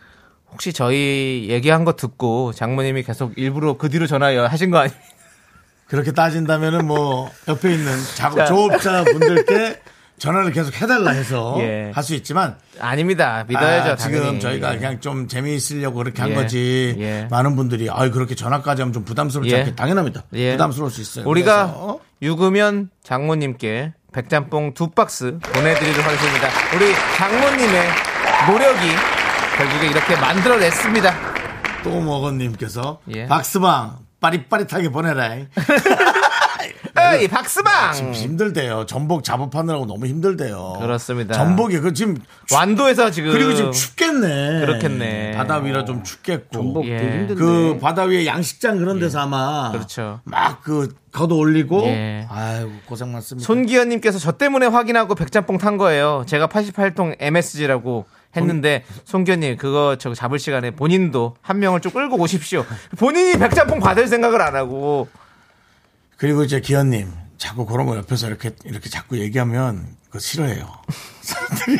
Speaker 2: 혹시 저희 얘기한 거 듣고 장모님이 계속 일부러 그 뒤로 전화 하신 거 아니에요? [laughs]
Speaker 1: 그렇게 따진다면은 뭐 옆에 있는 작업 조업자 분들께 전화를 계속 해달라 해서
Speaker 2: [laughs] 예.
Speaker 1: 할 수 있지만
Speaker 2: 아닙니다. 믿어야죠.
Speaker 1: 아, 지금
Speaker 2: 당연히.
Speaker 1: 저희가 그냥 좀 재미있으려고 그렇게 한
Speaker 2: 예.
Speaker 1: 거지
Speaker 2: 예.
Speaker 1: 많은 분들이 아 그렇게 전화까지 하면 좀 부담스럽지
Speaker 2: 예.
Speaker 1: 않게 당연합니다
Speaker 2: 예.
Speaker 1: 부담스러울 수 있어요
Speaker 2: 우리가
Speaker 1: 그래서
Speaker 2: 유금현 장모님께 백짬뽕 두 박스 보내드리도록 하겠습니다. 우리 장모님의 노력이 결국에 이렇게 만들어냈습니다.
Speaker 1: 또 먹은님께서
Speaker 2: 예.
Speaker 1: 박스방 빠릿빠릿하게 보내라
Speaker 2: [laughs]
Speaker 1: 네.
Speaker 2: 에이 박스방!
Speaker 1: 지금 힘들대요 전복 작업하느라고 너무 힘들대요
Speaker 2: 그렇습니다.
Speaker 1: 전복이 그 지금 추-
Speaker 2: 완도에서 지금
Speaker 1: 그리고 지금 춥겠네
Speaker 2: 그렇겠네.
Speaker 1: 바다 위라 좀 춥겠고
Speaker 2: 예.
Speaker 1: 그 바다 위에 양식장 그런 데서 아마
Speaker 2: 그렇죠.
Speaker 1: 막 그 걷어 올리고
Speaker 2: 예.
Speaker 1: 아유 고생 많습니다.
Speaker 2: 손기현님께서 저 때문에 확인하고 백짬뽕 탄 거예요. 제가 88통 MSG라고 했는데 손기현님 그거 저 잡을 시간에 본인도 한 명을 좀 끌고 오십시오. 본인이 백짬뽕 받을 생각을 안 하고
Speaker 1: 그리고 이제 기현님 자꾸 그런 거 옆에서 이렇게 이렇게 자꾸 얘기하면 그거 싫어해요. [laughs] 사람들이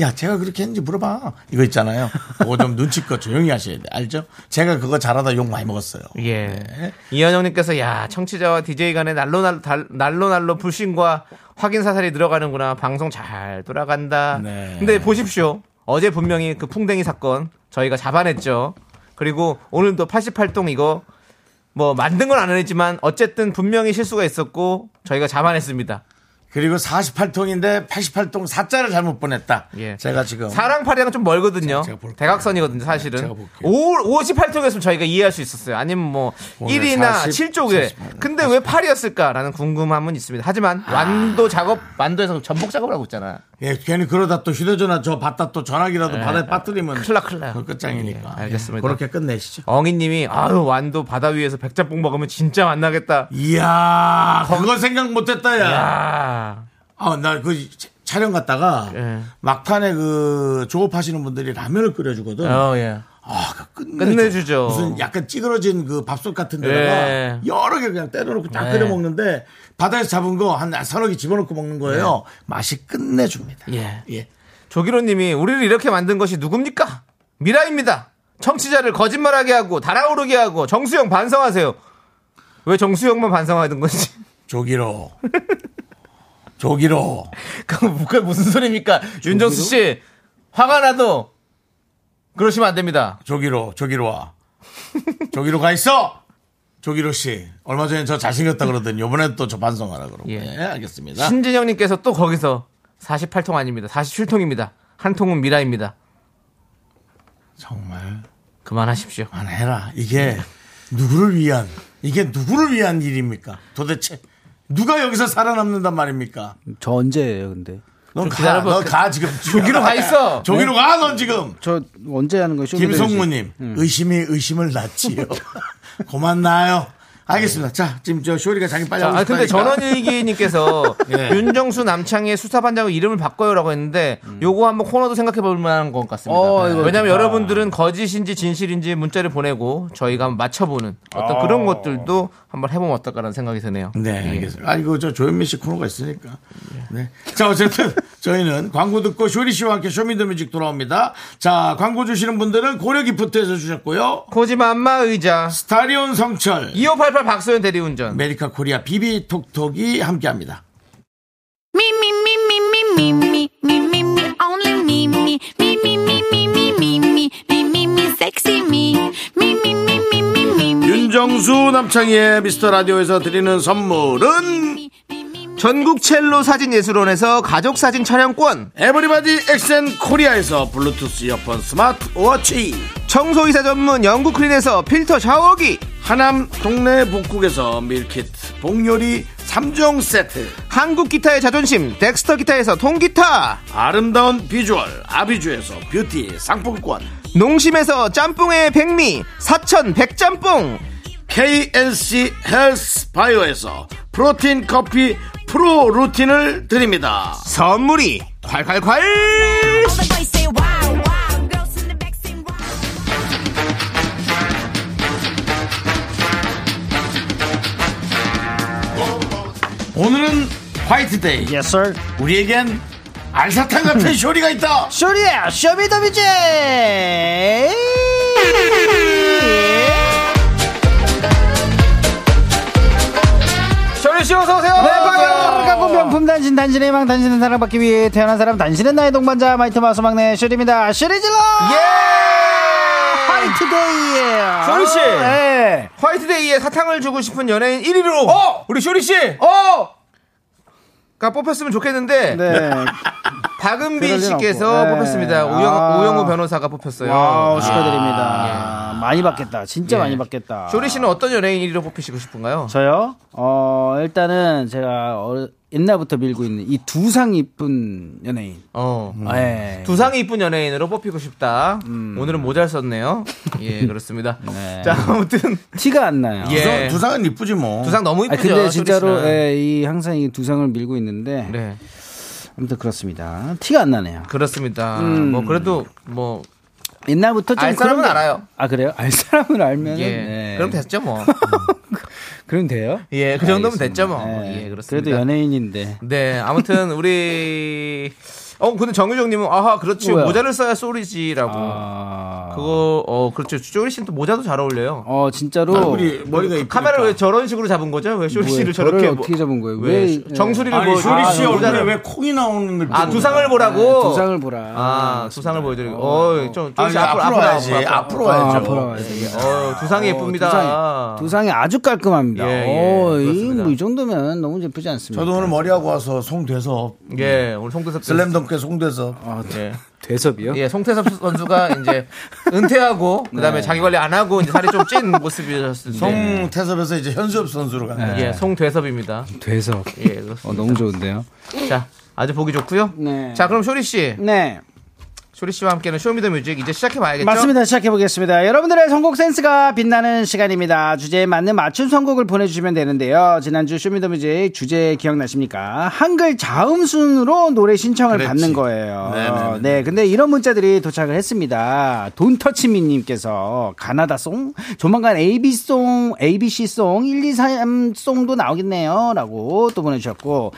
Speaker 1: 야 제가 그렇게 했는지 물어봐 이거 있잖아요. 그거 좀 눈치껏 조용히 하셔야 돼 알죠? 제가 그거 잘하다 욕 많이 먹었어요.
Speaker 2: 예.
Speaker 1: 네.
Speaker 2: 이현영님께서 야 청취자와 DJ 간의 날로 날로 달- 날로 날로 불신과 확인 사살이 늘어가는구나 방송 잘 돌아간다.
Speaker 1: 네.
Speaker 2: 근데 보십시오 어제 분명히 그 풍뎅이 사건 저희가 잡아냈죠. 그리고 오늘도 88동 이거 뭐 만든 건 안 했지만 어쨌든 분명히 실수가 있었고 저희가 잡아냈습니다.
Speaker 1: 그리고 48통인데 88통 4자를 잘못 보냈다.
Speaker 2: 예.
Speaker 1: 제가 지금
Speaker 2: 사랑팔이랑 좀 멀거든요.
Speaker 1: 제가- 제가 볼게요.
Speaker 2: 대각선이거든요,
Speaker 1: 네,
Speaker 2: 사실은.
Speaker 1: 제가 볼게요.
Speaker 2: 오 58쪽이었으면 저희가 이해할 수 있었어요. 아니면 뭐
Speaker 1: 오늘
Speaker 2: 1이나
Speaker 1: 40,
Speaker 2: 7쪽에.
Speaker 1: 48,
Speaker 2: 근데 왜 8이었을까라는 궁금함은 있습니다. 하지만 완도 작업, 아. 완도에서 전복 작업을 하고 있잖아.
Speaker 1: 예, 괜히 그러다 또 휴대전화 저 받다 또 전화기라도 바다에 빠뜨리면
Speaker 2: 예. 큰일 나, 큰일 나요.
Speaker 1: 그거 끝장이니까.
Speaker 2: 예, 알겠습니다.
Speaker 1: 그렇게 끝내시죠.
Speaker 2: 엉이님이 아유 완도 바다 위에서 백짬뽕 먹으면 진짜 만나겠다.
Speaker 1: 이야, 그거 생각 못했다
Speaker 2: 예.
Speaker 1: 야.
Speaker 2: 야
Speaker 1: 아, 나 그 촬영 갔다가
Speaker 2: 예.
Speaker 1: 막판에 그 조업하시는 분들이 라면을 끓여주거든.
Speaker 2: 어, 예.
Speaker 1: 아, 그 끝내줘.
Speaker 2: 끝내주죠.
Speaker 1: 무슨 약간 찌그러진 그 밥솥 같은 데다가
Speaker 2: 예.
Speaker 1: 여러 개 그냥 때려놓고 딱
Speaker 2: 예.
Speaker 1: 끓여 먹는데 바다에서 잡은 거 한 서너 개 집어넣고 먹는 거예요. 맛이 끝내줍니다.
Speaker 2: 예.
Speaker 1: 예.
Speaker 2: 조기로님이 우리를 이렇게 만든 것이 누굽니까? 미라입니다. 청취자를 거짓말하게 하고 달아오르게 하고 정수영 반성하세요. 왜 정수영만 반성하는 건지.
Speaker 1: 조기로. 조기로.
Speaker 2: 그게 무슨 소리입니까? 윤정수 씨 화가 나도 그러시면 안 됩니다.
Speaker 1: 조기로. 조기로 와. 조기로 가 있어! 조기로 씨. 얼마 전에 저 잘생겼다 그러더니 요번에 또 저 반성하라 그러고.
Speaker 2: 예.
Speaker 1: 예, 알겠습니다.
Speaker 2: 신진영님께서 또 거기서 48통 아닙니다. 47통입니다. 한 통은 미라입니다.
Speaker 1: 정말.
Speaker 2: 그만하십시오.
Speaker 1: 안 해라. 이게 누구를 위한 이게 누구를 위한 일입니까? 도대체 누가 여기서 살아남는단 말입니까?
Speaker 6: 저 언제예요, 근데?
Speaker 1: 넌
Speaker 2: 좀
Speaker 1: 가,
Speaker 2: 기다려봐.
Speaker 1: 넌 가,
Speaker 2: [laughs]
Speaker 1: 지금.
Speaker 2: 저기로
Speaker 1: [laughs]
Speaker 2: 가 있어. 네?
Speaker 1: 저기로 가, 넌 지금.
Speaker 6: 저 언제 하는 거예요?
Speaker 1: 김성무님,
Speaker 2: 음.
Speaker 1: 의심이 의심을
Speaker 2: [laughs]
Speaker 1: 낳지요. 고만 나요. 알겠습니다. 자, 지금 저 쇼리가 자기 빨리 하고
Speaker 2: 네. 아 근데
Speaker 1: 싶다니까.
Speaker 2: 전원일기님께서
Speaker 1: 예.
Speaker 2: 윤정수 남창의 수사반장 이름을 바꿔요라고 했는데 요거 한번 코너도 생각해 볼 만한 것 같습니다.
Speaker 6: 어, 이거
Speaker 2: 왜냐면
Speaker 6: 좋다.
Speaker 2: 여러분들은 거짓인지 진실인지 문자를 보내고 저희가 한번 맞춰보는 어떤 그런 것들도 한번 해보면 어떨까라는 생각이 드네요.
Speaker 1: [laughs] 네, 알겠습니다. 아이고, 저 조현민 씨 코너가 있으니까.
Speaker 2: 예.
Speaker 1: 네. 자, 어쨌든 저희는 광고 듣고 쇼리 씨와 함께 쇼미더뮤직 돌아옵니다. 자, 광고 주시는 분들은 고려 기프트에서 주셨고요.
Speaker 2: 코지마 안마 의자
Speaker 1: 스타리온 성철,
Speaker 2: 2588 박소연 대리운전
Speaker 1: 메디카 코리아 비비톡톡이 함께 합니다.
Speaker 3: Me, me, me, me, me, me, me, me, me, me, only me, me, me, me, me, me, me, me, me, me, me, me, sexy me, me, me, me, me, me, me, me,
Speaker 1: 윤정수 남창희의 미스터 라디오에서 드리는 선물은
Speaker 3: me, me, me.
Speaker 2: 전국 첼로 사진예술원에서 가족사진 촬영권
Speaker 1: 에버리바디 엑센 코리아에서 블루투스 이어폰 스마트 워치
Speaker 2: 청소이사 전문 영국크린에서 필터 샤워기
Speaker 1: 하남 동네 북국에서 밀키트 복요리 3종 세트
Speaker 2: 한국 기타의 자존심 덱스터 기타에서 통기타
Speaker 1: 아름다운 비주얼 아비주에서 뷰티 상품권
Speaker 2: 농심에서 짬뽕의 백미 사천 백짬뽕
Speaker 1: KNC 헬스 바이오에서 프로틴 커피 프로 루틴을 드립니다
Speaker 2: 선물이 콸콸콸
Speaker 4: All the boys say wow, wow. Girls in the back say wow.
Speaker 1: 오늘은 화이트데이
Speaker 6: Yes, sir.
Speaker 1: 우리에겐 알사탕
Speaker 2: [laughs]
Speaker 1: 같은 쇼리가 있다
Speaker 6: 쇼리야, 쇼미더뮤직!
Speaker 2: 저리 씨 어서 오세요
Speaker 1: 네,
Speaker 6: 가고 명품 단신, 단신의 희망, 단신은 사랑받기 위해 태어난 사람, 단신은 나의 동반자, 마이트 마우스 막내 쇼리입니다. 쇼리질러!
Speaker 1: 예!
Speaker 6: 화이트데이에요.
Speaker 2: 쇼리 씨.
Speaker 6: 네.
Speaker 2: 화이트데이에 사탕을 주고 싶은 연예인 1위로
Speaker 1: 어!
Speaker 2: 우리 쇼리 씨
Speaker 6: 어!
Speaker 2: 가 뽑혔으면 좋겠는데
Speaker 6: 네.
Speaker 2: 박은비
Speaker 6: 그럴 리는
Speaker 2: 씨께서
Speaker 6: 없고. 네.
Speaker 2: 뽑혔습니다 우영,
Speaker 6: 아.
Speaker 2: 우영우 변호사가 뽑혔어요
Speaker 6: 와우, 축하드립니다. 많이 받겠다. 진짜
Speaker 2: 네. 아. 예.
Speaker 6: 많이 받겠다.
Speaker 2: 쇼리 씨는 어떤 연예인 1위로 뽑히시고 싶은가요?
Speaker 6: 저요? 어, 일단은 제가 어, 옛날부터 밀고 있는 이 두상 이쁜 연예인.
Speaker 2: 어.
Speaker 6: 예.
Speaker 2: 두상이 이쁜 연예인으로 뽑히고 싶다.
Speaker 6: 음.
Speaker 2: 오늘은 모자를 썼네요.
Speaker 6: [laughs]
Speaker 2: 예, 그렇습니다.
Speaker 6: 네.
Speaker 2: 자, 아무튼
Speaker 6: 티가 안 나요.
Speaker 2: 예. 두상,
Speaker 1: 두상은 이쁘지 뭐
Speaker 2: 너무
Speaker 6: 아
Speaker 2: 이쁘죠.
Speaker 6: 근데 진짜로
Speaker 2: 쇼리 씨는.
Speaker 6: 예, 이 항상 이 두상을 밀고 있는데
Speaker 2: 네.
Speaker 6: 아무튼 그렇습니다. 티가 안 나네요.
Speaker 2: 그렇습니다.
Speaker 6: 음.
Speaker 2: 뭐 그래도 뭐
Speaker 6: 옛날부터 좀
Speaker 2: 알 사람은
Speaker 6: 그런 게-
Speaker 2: 알아요.
Speaker 6: 아 그래요? 알 사람을 알면
Speaker 2: 예. 그럼 됐죠
Speaker 6: [laughs]
Speaker 2: 뭐.
Speaker 6: 그럼 돼요?
Speaker 2: 예, 그 정도면
Speaker 6: 알겠습니다. 네.
Speaker 2: 됐죠 뭐. 예, 그렇습니다.
Speaker 6: 그래도 연예인인데
Speaker 2: 네, 아무튼 우리 어 근데 정유정 님은 아하 그렇지
Speaker 6: 뭐야?
Speaker 2: 모자를 써야 소리지라고.
Speaker 6: 아...
Speaker 2: 그거 어 그렇죠. 쇼리 씨는 또 모자도 잘 어울려요. 그
Speaker 6: 어 진짜로
Speaker 1: 우리 머리가 이쁘니까
Speaker 2: 카메라를 왜 저런 식으로 잡은 거죠? 왜 쇼리
Speaker 6: 뭐예요?
Speaker 2: 씨를
Speaker 6: 저를
Speaker 2: 저렇게
Speaker 6: 어떻게 잡은 거예요?
Speaker 2: 왜,
Speaker 6: 왜-
Speaker 2: 정수리를
Speaker 1: 아니
Speaker 2: 뭐
Speaker 1: 쇼리 씨
Speaker 2: 아,
Speaker 1: 얼굴에
Speaker 2: 모자를-
Speaker 1: 왜 콩이 나오는 걸
Speaker 2: 아
Speaker 1: 보고
Speaker 2: 두상을
Speaker 6: 네,
Speaker 2: 보라고
Speaker 6: 두상을 보라.
Speaker 2: 아 두상을 보여드리고 어좀
Speaker 1: 아,
Speaker 2: 조금씩
Speaker 1: 앞으로, 앞으로
Speaker 2: 앞으로 앞으로
Speaker 1: 와야지 예.
Speaker 2: 앞으로,
Speaker 1: 앞으로,
Speaker 2: 앞으로.
Speaker 1: 와야죠
Speaker 6: 아, 보러 와야 돼.
Speaker 2: 어, 두상이 예쁩니다.
Speaker 6: 두상이, 두상이 아주 깔끔합니다.
Speaker 2: 예, 예,
Speaker 6: 어, 이,
Speaker 2: 그렇습니다.
Speaker 6: 뭐, 이 정도면 너무 예쁘지 않습니다.
Speaker 1: 저도 오늘 머리하고 와서 송돼서
Speaker 2: 예 오늘 송태섭 선수-
Speaker 1: 슬램덩크에 송돼서
Speaker 2: 예.
Speaker 6: 대섭이요?
Speaker 2: 예 송태섭 선수가
Speaker 6: [laughs]
Speaker 2: 이제 은퇴하고
Speaker 6: 네.
Speaker 2: 그다음에 자기 관리 안 하고 이제 살이 좀 찐 모습이셨을 때.
Speaker 1: 송태섭에서 이제 현수엽 선수로 간 예. 거예요.
Speaker 2: 예, 송대섭입니다.
Speaker 6: 네. 대섭.
Speaker 2: 예, 그렇습니다.
Speaker 6: 어, 너무 좋은데요?
Speaker 2: 자, 아주 보기 좋고요.
Speaker 6: 네.
Speaker 2: 자, 그럼 쇼리 씨,
Speaker 6: 네.
Speaker 2: 쇼리 씨와 함께는 쇼미더뮤직 이제 시작해 봐야겠죠?
Speaker 6: 맞습니다. 시작해보겠습니다. 여러분들의 선곡 센스가 빛나는 시간입니다. 주제에 맞는 맞춤 선곡을 보내주시면 되는데요. 지난주 쇼미더뮤직 주제 기억나십니까? 한글 자음순으로 노래 신청을
Speaker 1: 그랬지.
Speaker 6: 받는 거예요.
Speaker 1: 네네네.
Speaker 6: 네, 근데 이런 문자들이 도착을 했습니다. 돈터치미님께서 가나다송? 조만간 AB송, ABC송, 123송도 나오겠네요. 라고 또 보내주셨고,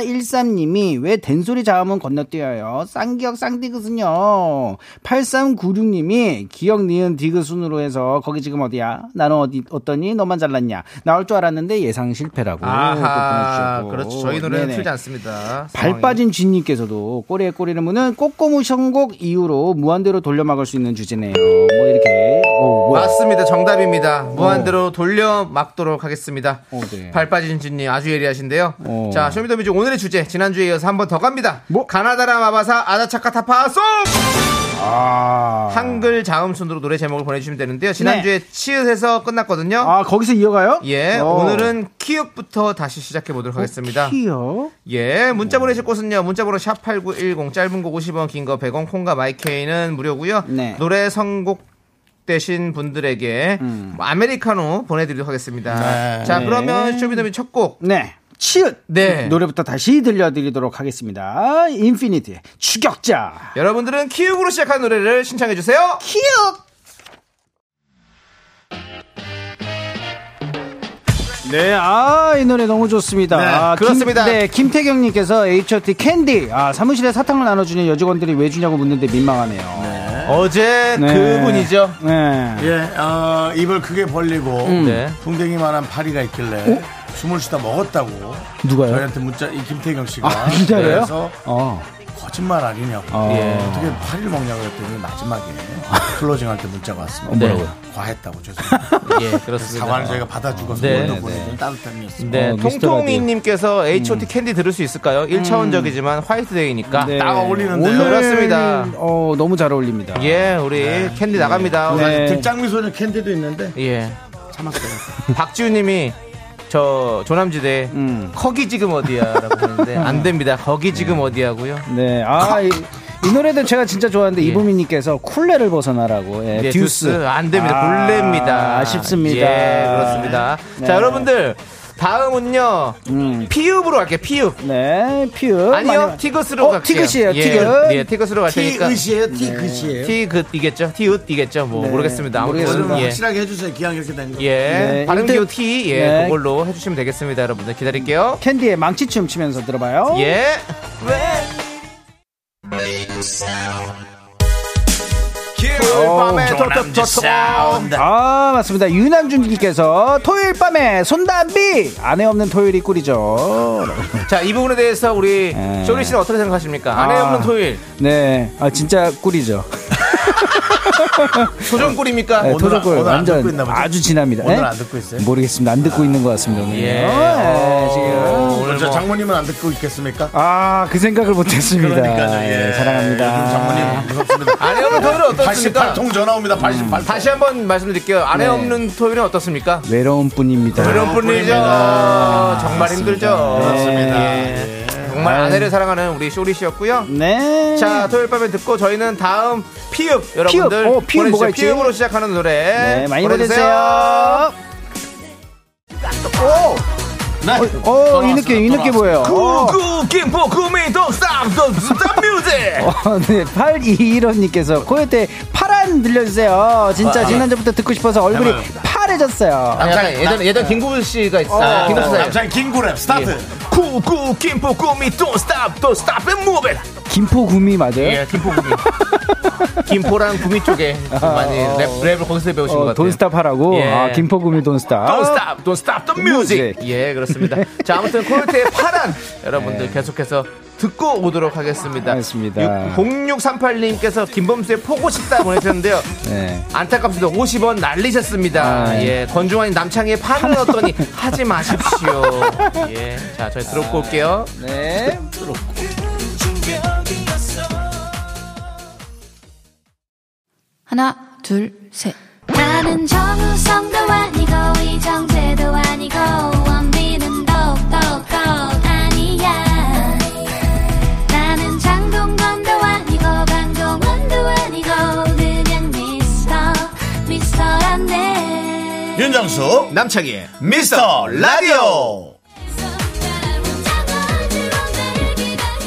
Speaker 6: 2413님이 왜 된소리 자음은 건너뛰어요? 쌍기역 쌍디귿은요? 8396님이 기억 니은 디귿순으로 해서 거기 지금 어디야? 나는 어디, 어떠니? 너만 잘났냐? 나올 줄 알았는데 예상 실패라고.
Speaker 2: 아하,
Speaker 6: 또 보내주셨고.
Speaker 2: 그렇죠. 저희 노래는
Speaker 6: 네네.
Speaker 2: 틀지 않습니다.
Speaker 6: 발 빠진 쥐님께서도 꼬리에 꼬리를 무는 꼬꼬무 선곡 이후로 무한대로 돌려막을 수 있는 주제네요. 뭐 이렇게. 어, 뭐야.
Speaker 2: 맞습니다. 정답입니다. 무한대로 돌려 막도록 하겠습니다.
Speaker 6: 어, 네.
Speaker 2: 발 빠진 진님 아주 예리하신데요.
Speaker 6: 어.
Speaker 2: 자, 쇼미더뮤직 오늘의 주제 지난주에 이어서 한 번 더 갑니다.
Speaker 6: 뭐?
Speaker 2: 가나다라 마바사 아다차카 타파 송.
Speaker 6: 아.
Speaker 2: 한글 자음 순으로 노래 제목을 보내주시면 되는데요. 지난주에 치읓에서 끝났거든요.
Speaker 6: 네. 아, 거기서 이어가요?
Speaker 2: 예,
Speaker 6: 어.
Speaker 2: 오늘은 키읔부터 다시 시작해 보도록 하겠습니다.
Speaker 6: 키요.
Speaker 2: 예, 문자 보내실 곳은요. 문자번호 샵 #8910 짧은 거 50원, 긴 거 100원, 콩과 마이케이는 무료고요.
Speaker 6: 네.
Speaker 2: 노래 선곡 되신 분들에게 뭐 아메리카노 보내드리도록 하겠습니다.
Speaker 1: 네.
Speaker 2: 자,
Speaker 6: 음. 네.
Speaker 2: 그러면 쇼미더미 첫 곡.
Speaker 6: 네. 치읓.
Speaker 2: 네.
Speaker 6: 노래부터 다시 들려드리도록 하겠습니다. 인피니티의 추격자.
Speaker 2: 여러분들은 키읔으로 시작한 노래를 신청해 주세요.
Speaker 6: 키읔. 네, 아, 이 노래 너무 좋습니다.
Speaker 2: 네,
Speaker 6: 아,
Speaker 2: 그렇습니다.
Speaker 6: 김, 네, 김태경님께서 HOT 캔디. 아, 사무실에 사탕을 나눠주는 여직원들이 왜 주냐고 묻는데 민망하네요.
Speaker 2: 어제
Speaker 6: 네.
Speaker 2: 그분이죠.
Speaker 6: 네.
Speaker 1: 예, 어, 입을 크게 벌리고
Speaker 2: 네.
Speaker 1: 풍뎅이만한 파리가 있길래 숨을 쉬다 먹었다고
Speaker 6: 누가요?
Speaker 1: 저희한테 문자 이 김태경 씨가
Speaker 6: 아, 진짜요?
Speaker 1: 그래서
Speaker 6: 어.
Speaker 1: 거짓말 아니냐고
Speaker 2: 예.
Speaker 1: 어떻게 파리를 먹냐고 그랬더니 마지막에 클로징할 때 문자가 왔습니다.
Speaker 2: 네. 뭐라고요?
Speaker 1: 과했다고 죄송합니다.
Speaker 2: 예, 그렇습니다.
Speaker 1: 사과를 저희가 받아주고서
Speaker 2: 네,
Speaker 1: 오늘
Speaker 2: 네.
Speaker 1: 보내준 따뜻함이었습니다.
Speaker 2: 네,
Speaker 6: 어, 미스터 음.
Speaker 2: 통통이님께서 H.O.T 캔디 들을 수 있을까요? 1차원적이지만 화이트데이니까.
Speaker 6: 네.
Speaker 1: 딱 어울리는데.
Speaker 6: 오늘,
Speaker 2: 그렇습니다.
Speaker 6: 어, 너무 잘 어울립니다.
Speaker 2: 예, 우리 캔디 나갑니다.
Speaker 6: 네.
Speaker 1: 들장미 소년 캔디도 있는데
Speaker 2: 예.
Speaker 1: 참았어요.
Speaker 2: 박지우님이 저 조남지대
Speaker 6: 음.
Speaker 2: 거기 지금 어디야라고 하는데 안 됩니다. 거기 지금 어디야고요.
Speaker 6: 네. 아, 이, 이 노래도 제가 진짜 좋아하는데 이보미님께서 쿨레를 벗어나라고. 예,
Speaker 2: 예,
Speaker 6: 듀스.
Speaker 2: 듀스. 안 됩니다.
Speaker 6: 아,
Speaker 2: 볼레입니다.
Speaker 6: 아쉽습니다.
Speaker 2: 예, 그렇습니다.
Speaker 6: 네.
Speaker 2: 자, 여러분들 다음은요.
Speaker 6: 음.
Speaker 2: 피읍으로 갈게요. 피읍.
Speaker 6: 네, 퓨.
Speaker 2: 아니요, 티그스로
Speaker 6: 어,
Speaker 2: 갈게요.
Speaker 6: 티그스예요,
Speaker 2: 예,
Speaker 6: 티그.
Speaker 2: 예, 티그스로 갈 테니까.
Speaker 1: 티그시에요, 티그시에요.
Speaker 2: 티긋이겠죠, 티읒이겠죠, 뭐 모르겠습니다. 아무튼
Speaker 6: 네, 모르겠습니다.
Speaker 2: 예,
Speaker 1: 확실하게 해주세요. 기왕 이렇게 되는 거.
Speaker 2: 예,
Speaker 6: 네,
Speaker 2: 발음
Speaker 6: 일단-
Speaker 2: 기호 T, 예,
Speaker 6: 네.
Speaker 2: 그걸로 해주시면 되겠습니다, 여러분들 기다릴게요.
Speaker 6: 캔디의 망치춤 추면서 들어봐요.
Speaker 2: 예. 토요일 밤에
Speaker 1: 어, 조남지
Speaker 2: 토토토토.
Speaker 1: 사운드.
Speaker 6: 아, 맞습니다. 유남준님께서 토요일 밤에 손담비! 아내 없는 토요일이 꿀이죠.
Speaker 2: 자, 이 부분에 대해서 우리
Speaker 1: 네.
Speaker 6: 예.
Speaker 2: 쇼리 씨는 어떻게 생각하십니까? 아내
Speaker 6: 아.
Speaker 2: 없는 토요일
Speaker 6: 네, 아, 진짜 꿀이죠.
Speaker 2: 소정골입니까?
Speaker 6: 네,
Speaker 1: 아, 오늘 안-
Speaker 6: 토종꿀
Speaker 1: 오늘 안 듣고
Speaker 6: 완전
Speaker 1: 있나 보죠?
Speaker 6: 아주 진합니다.
Speaker 1: 오늘
Speaker 6: 네?
Speaker 1: 안 듣고 있어요?
Speaker 6: 모르겠습니다. 안 듣고 있는 것 같습니다. 오늘.
Speaker 2: 예.
Speaker 6: 네, 지금.
Speaker 2: 오,
Speaker 1: 오늘
Speaker 2: 오늘
Speaker 1: 저
Speaker 2: 뭐
Speaker 1: 장모님은 안 듣고 있겠습니까?
Speaker 6: 아, 그 생각을 못했습니다.
Speaker 1: 그러니까요. 예.
Speaker 6: 예, 사랑합니다.
Speaker 1: 요즘 장모님 무섭습니다.
Speaker 2: 아내 없는 토요일은 어떻습니까?
Speaker 1: 88통 전화 옵니다. 88통.
Speaker 2: 다시 한번 말씀드릴게요.
Speaker 1: 네.
Speaker 2: 아내 없는 토요일은 어떻습니까?
Speaker 6: 외로운 뿐입니다.
Speaker 2: 그런
Speaker 1: 네.
Speaker 2: 뿐이죠.
Speaker 1: 뿐입니다.
Speaker 2: 정말 힘들죠.
Speaker 1: 그렇습니다. 네.
Speaker 2: 예. 정말 아내를 사랑하는 우리 쇼리 씨였고요.
Speaker 6: 네.
Speaker 2: 자, 토요일 밤에 듣고 저희는 다음 피읍 여러분들
Speaker 6: 어, 피읍 뭐가 있지?
Speaker 2: 으로 시작하는 노래
Speaker 6: 네, 많이
Speaker 2: 보내주세요. 어.
Speaker 6: 보내주세요. 오! 어, 이 느낌, 이 느낌 보여요. 어.
Speaker 2: 구구 김포 구미 독삼 독삼 뮤직.
Speaker 6: 어, 네, 8215님께서 코요태 파란 들려주세요.
Speaker 1: 아, 예.
Speaker 6: 진짜 지난주부터 듣고 싶어서 얼굴이
Speaker 1: 해봐요. 아.
Speaker 6: 파래졌어요.
Speaker 2: 약간 예전 예전 김구빈 씨가 있어. 요 김구빈 씨. 예.
Speaker 1: 남창 긴구랩 스타트.
Speaker 2: 구구 김포 구미 독삼 독삼 뮤직.
Speaker 6: 김포구미 맞아요?
Speaker 2: 예, 김포 [laughs] 구미. 김포랑 구미 쪽에 좀 많이 랩, 랩을 거기서 배우신 것
Speaker 6: 어,
Speaker 2: 같아요.
Speaker 6: 돈스탑 하라고?
Speaker 2: 예.
Speaker 6: 아, 김포구미
Speaker 2: Don't
Speaker 6: 돈스탑.
Speaker 2: stop, don't stop the music.
Speaker 6: 아, music.
Speaker 2: 예, 그렇습니다. 자, 아무튼 콜트의
Speaker 6: [laughs]
Speaker 2: 파란 여러분들 계속해서 듣고 오도록 하겠습니다.
Speaker 6: 네. 알겠습니다.
Speaker 2: 0638님께서 김범수의 포고 싶다 보내셨는데요.
Speaker 6: 네.
Speaker 2: 안타깝게도 50원 날리셨습니다.
Speaker 6: 아,
Speaker 2: 예, 권중환이 남창희의 판을
Speaker 6: [laughs]
Speaker 2: 넣었더니 하지 마십시오. 예, 자, 저희 들어고
Speaker 6: 아.
Speaker 2: 올게요.
Speaker 6: 네.
Speaker 3: 하나, 둘, 셋. 나는 정우성도 아니고, 이정재도 아니고, 원빈은 더욱더 아니야. 나는 장동건도 아니고, 강동원도 아니고, 그냥 미스터,
Speaker 2: [laughs]
Speaker 3: 미스터란데.
Speaker 1: 윤정수 남창희 미스터 라디오.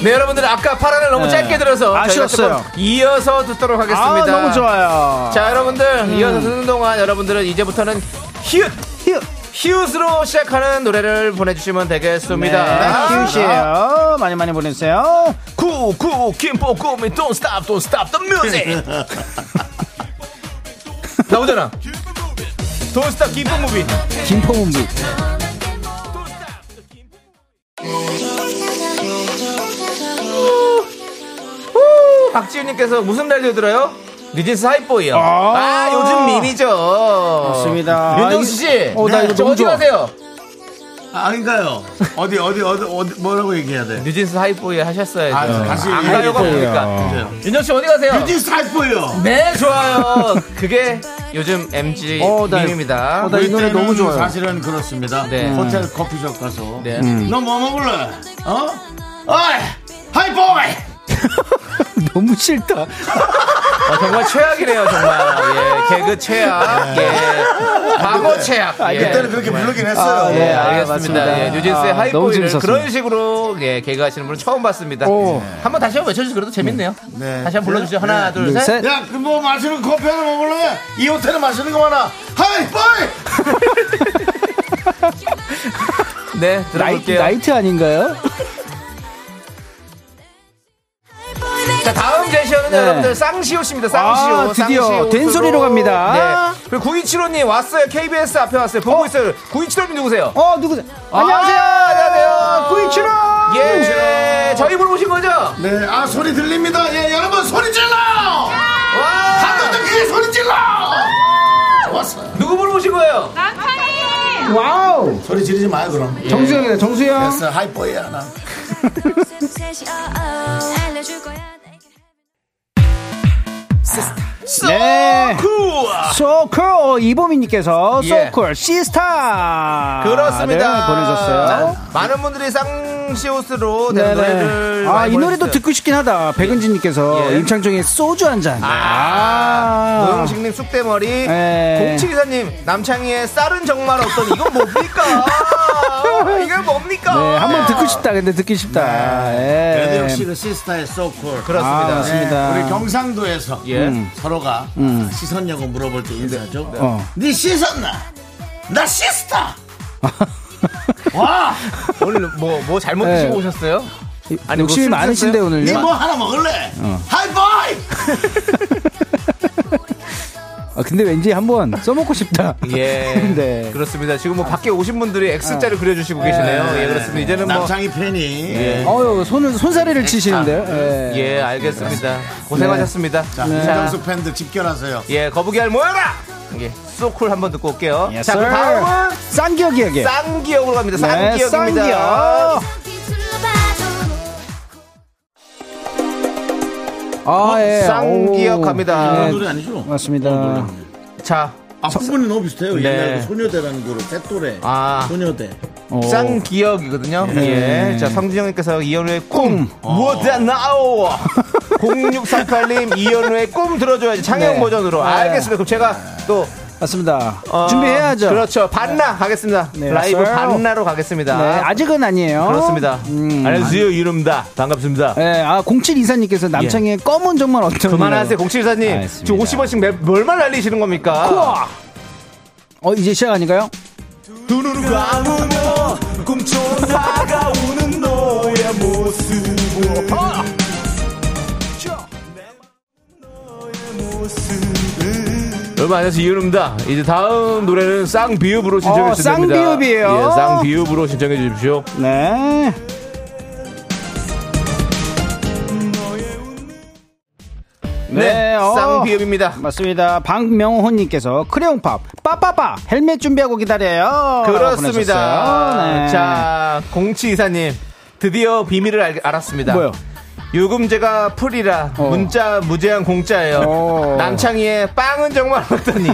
Speaker 2: 네, 여러분들 아까 파란을 너무 짧게 들어서
Speaker 6: 네. 아쉬웠어요.
Speaker 2: 저희가 조금 이어서 듣도록 하겠습니다.
Speaker 6: 아, 너무 좋아요.
Speaker 2: 자, 여러분들 이어서 듣는 동안 여러분들은 이제부터는 히읗
Speaker 6: 히읗.
Speaker 2: 히읗으로 시작하는 노래를 보내주시면 되겠습니다.
Speaker 6: 네, 키우시에요. 많이 많이 보내주세요.
Speaker 2: 구구 김포 구미 don't stop don't stop the
Speaker 6: [laughs]
Speaker 2: music 나오잖아. Don't stop 김포 무비.
Speaker 6: 김포문부.
Speaker 2: 박지윤님께서 무슨 라디오 들어요? 리진스 하이보이요. 아, 요즘 밈이죠.
Speaker 6: 맞습니다.
Speaker 2: 윤정수 씨,
Speaker 6: 어, 나 이거
Speaker 2: 저
Speaker 6: 너무
Speaker 2: 어디
Speaker 6: 좋아.
Speaker 2: 가세요?
Speaker 1: 아닌가요? 어디 어디 어디 어디 뭐라고 얘기해야 돼?
Speaker 2: 뉴진스 하이보이 하셨어야죠.
Speaker 1: 아, 다시
Speaker 2: 안 가요가
Speaker 6: 하이보이요.
Speaker 2: 뭡니까?
Speaker 1: 맞아요.
Speaker 2: 윤정 씨 어디 가세요?
Speaker 1: 뉴진스 할거예요
Speaker 2: 네, 좋아요. 그게 요즘 MG
Speaker 6: 어, 나-
Speaker 2: 님입니다.
Speaker 6: 어, 나- 이 노래 너무 좋아요.
Speaker 1: 사실은 그렇습니다.
Speaker 2: 네.
Speaker 1: 호텔 커피숍 가서
Speaker 2: 네.
Speaker 6: 음.
Speaker 1: 너 뭐 먹을래? 어? 어이 하이보이
Speaker 6: 너무 싫다.
Speaker 2: 어, 정말 최악이래요, 정말. 예, 개그 최악. 예. 과거 최악. 예.
Speaker 1: 그때는 그렇게 부르긴 했어요.
Speaker 2: 예,
Speaker 6: 아,
Speaker 2: 알겠습니다.
Speaker 6: 맞습니다.
Speaker 2: 예, 뉴진스의
Speaker 6: 아, 너무
Speaker 2: 하이보이를
Speaker 6: 재밌었습니다.
Speaker 2: 그런 식으로 예, 개그하시는 분은 처음 봤습니다.
Speaker 6: 오.
Speaker 2: 한번 다시 한번 외쳐주세요. 그래도 재밌네요. 다시 한번 불러주세요. 하나, 둘,
Speaker 6: 둘,
Speaker 2: 셋.
Speaker 6: 셋.
Speaker 1: 야, 그 뭐 마시는 커피 하나 먹을래? 이 호텔은 마시는 거 많아. 하이파이!
Speaker 2: 네,
Speaker 6: 나이트,
Speaker 2: 들어볼게요.
Speaker 6: 나이트 아닌가요?
Speaker 2: 자, 다음 제시어는
Speaker 6: 네.
Speaker 2: 여러분들 쌍시오 씨입니다. 쌍시오.
Speaker 6: 아, 드디어
Speaker 2: 쌍시오
Speaker 6: 된
Speaker 2: 옷으로.
Speaker 6: 소리로 갑니다.
Speaker 2: 네. 그리고 927호님 왔어요. KBS 앞에 왔어요. 보고 있어요. 927호님 누구세요?
Speaker 6: 어, 누구세요? 안녕하세요.
Speaker 2: 아, 안녕하세요.
Speaker 6: 구이치로.
Speaker 2: 예, 저희 보러 오신 거죠? 와,
Speaker 1: 네, 아, 소리 들립니다. 예, 여러분, 소리 질러! 한번더 크게 소리 질러! 좋았어요.
Speaker 2: 누구 보러 오신 거예요?
Speaker 6: 와우.
Speaker 1: 소리 지르지 마요,
Speaker 2: 예.
Speaker 1: 그럼.
Speaker 6: 정수영이네, 정수영.
Speaker 1: 됐어, 하이파이 하나.
Speaker 2: 아,
Speaker 3: 어,
Speaker 6: 네. 소쿨 이보미님께서
Speaker 2: 예.
Speaker 6: 소쿨 시스타
Speaker 2: 네, 그렇습니다.
Speaker 6: 네, 보내셨어요.
Speaker 2: 자, 많은 분들이 쌍시옷으로 된
Speaker 6: 네네.
Speaker 2: 노래들.
Speaker 6: 아,
Speaker 2: 많이
Speaker 6: 이 노래도
Speaker 2: 보내주셨어요.
Speaker 6: 듣고 싶긴 하다. 백은진님께서
Speaker 2: 예.
Speaker 6: 임창정의 소주 한 잔.
Speaker 2: 아,
Speaker 6: 아.
Speaker 2: 노영식님 쑥대머리.
Speaker 6: 예.
Speaker 2: 공치기사님, 남창희의 쌀은 정말 없더니 이건
Speaker 6: [laughs]
Speaker 2: 뭡니까? 이게 뭡니까?
Speaker 6: 네, 한번 듣고 싶다. 근데 듣기 쉽다. 예.
Speaker 1: 그래도 역시 그 시스타의 소쿨.
Speaker 6: 아,
Speaker 2: 네. 그렇습니다.
Speaker 6: 맞습니다.
Speaker 1: 우리 경상도에서
Speaker 2: 예. 음.
Speaker 1: 서로가 시선냐고 물어볼 때 인사하죠. 네,
Speaker 6: 어.
Speaker 1: 시선나? 나
Speaker 2: [laughs]
Speaker 1: 시스타! 와!
Speaker 2: 오늘 뭐, 뭐 잘못
Speaker 6: 네.
Speaker 2: 드시고 오셨어요? 아니, 뭐
Speaker 6: 욕심이
Speaker 2: 술
Speaker 6: 많으신데
Speaker 2: 드셨어요? 예.
Speaker 6: 오늘요.
Speaker 1: 니 뭐 하나 먹을래? 하이파이!
Speaker 6: 아, 근데 왠지 한번 써먹고 싶다.
Speaker 2: [laughs] 예.
Speaker 6: [laughs] 네.
Speaker 2: 그렇습니다. 지금 뭐 밖에 오신 분들이 X자를 그려주시고 아. 계시네요. 예, 그렇습니다. 이제는 뭐.
Speaker 1: 남창희 팬이 예.
Speaker 6: 어유 손을 손사리를 치시는데요. 예.
Speaker 2: 예, 알겠습니다. 고생하셨습니다.
Speaker 1: 자,
Speaker 2: 자,
Speaker 1: 윤정수 팬들 집결하세요.
Speaker 2: 예, 거북이 알 모여라! 예, 소쿨 한번 듣고 올게요.
Speaker 6: Yes,
Speaker 2: 자, 그럼
Speaker 6: 예, sir.
Speaker 2: 다음은
Speaker 6: 쌍기역 이야기.
Speaker 2: 쌍기역으로 갑니다.
Speaker 6: 네,
Speaker 2: 예. 쌍기역입니다.
Speaker 6: 아, 예.
Speaker 2: 어, 쌍기역
Speaker 6: 오.
Speaker 2: 갑니다.
Speaker 6: 네,
Speaker 1: 노래 아니죠?
Speaker 6: 맞습니다.
Speaker 2: 자,
Speaker 1: 아, 부분이 너무 비슷해요.
Speaker 2: 네.
Speaker 1: 옛날 그 소녀대라는 그룹, 새또래.
Speaker 2: 아.
Speaker 1: 소녀대.
Speaker 6: 오.
Speaker 2: 쌍기역이거든요. 예. 음. 자, 성진영님께서 이현우의 꿈, 어. [laughs] 무엇나오 0638님, 이현우의 꿈 들어줘야지. 창영
Speaker 6: 네.
Speaker 2: 버전으로. 알겠습니다. 그럼 제가 또
Speaker 6: 맞습니다.
Speaker 2: 어,
Speaker 6: 준비해야죠.
Speaker 2: 그렇죠. 반나 가겠습니다.
Speaker 6: 네,
Speaker 2: 라이브
Speaker 6: 맞아요.
Speaker 2: 반나로 가겠습니다.
Speaker 6: 네, 아직은 아니에요.
Speaker 2: 그렇습니다.
Speaker 6: 음.
Speaker 2: 안녕하세요, 이름다. 반갑습니다.
Speaker 6: 예, 아, 07 이사님께서 남창의 검은 정말 어떤.
Speaker 2: 예. 그만하세요, 공칠사님.
Speaker 6: 아, 알겠습니다.
Speaker 2: 지금 50원씩 매, 얼마 날리시는 겁니까?
Speaker 6: 우와! 어, 이제 시작 아닌가요?
Speaker 7: 두 눈을 감으며 꿈쳐 다가오는 너의 모습을
Speaker 2: 아! 여러분 안녕하세요 이은입니다 이제 다음 노래는 쌍비읍으로 신청해
Speaker 6: 어,
Speaker 2: 주시면 됩니다
Speaker 6: 쌍비읍이에요.
Speaker 2: 예, 쌍비읍으로 신청해 주십시오
Speaker 6: 네.
Speaker 2: 네,
Speaker 6: 어.
Speaker 2: 쌍비읍입니다
Speaker 6: 맞습니다. 박명호님께서 크레용팝, 빠빠빠, 헬멧 준비하고 기다려요. 라고
Speaker 2: 그렇습니다
Speaker 6: 어, 보내셨어요. 네.
Speaker 2: 자 공치 이사님 드디어 비밀을 알, 알았습니다
Speaker 6: 뭐요?
Speaker 2: 요금제가 풀이라
Speaker 6: 어.
Speaker 2: 문자 무제한 공짜예요
Speaker 6: 어.
Speaker 2: 남창희의 빵은 정말 없더니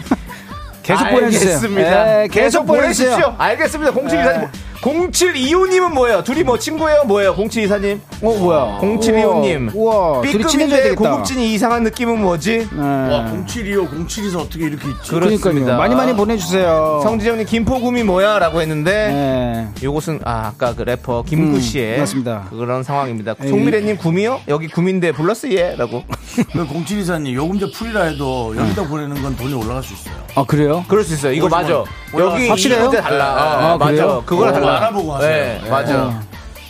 Speaker 6: 계속 보내주세요.
Speaker 2: 아, 알겠습니다.
Speaker 6: 예,
Speaker 2: 계속
Speaker 6: 계속
Speaker 2: 보내주십시오
Speaker 6: 보내주세요.
Speaker 2: 알겠습니다 0724님
Speaker 6: 예.
Speaker 2: 0725님은 뭐예요 둘이 뭐 친구예요 뭐예요 0724님
Speaker 6: 어, 뭐야.
Speaker 2: 0725님.
Speaker 6: 우와, 둘이
Speaker 2: B급인데
Speaker 6: 친해져야 되겠다.
Speaker 2: 고급진이 이상한 느낌은 뭐지?
Speaker 1: 와,
Speaker 6: 네.
Speaker 1: 072호, 072에서 어떻게 이렇게 있죠?
Speaker 6: 그러니까요. 많이 많이 보내주세요.
Speaker 2: 성지영님 김포구미 뭐야라고 했는데
Speaker 6: 네.
Speaker 2: 요것은 아, 아까 그 래퍼 김구
Speaker 6: 음,
Speaker 2: 씨의
Speaker 6: 맞습니다.
Speaker 2: 그런 상황입니다. 송미래님 구미요? 여기 구민데 불렀어 얘라고. [laughs]
Speaker 1: 그 072사님, 요금제 풀이라 해도 여기다 보내는 건 돈이 올라갈 수 있어요.
Speaker 6: 아, 그래요?
Speaker 2: 그럴 수 있어. 요 이거
Speaker 1: 오지마.
Speaker 2: 맞아.
Speaker 1: 올라가.
Speaker 2: 여기
Speaker 6: 확실해요?
Speaker 2: 이때 달라. 어,
Speaker 6: 아,
Speaker 2: 어, 맞아.
Speaker 6: 그래요?
Speaker 2: 그거랑
Speaker 1: 그거
Speaker 2: 달라.
Speaker 1: 알아보고 하세요.
Speaker 2: 네,
Speaker 1: 예.
Speaker 2: 맞아.
Speaker 6: 어.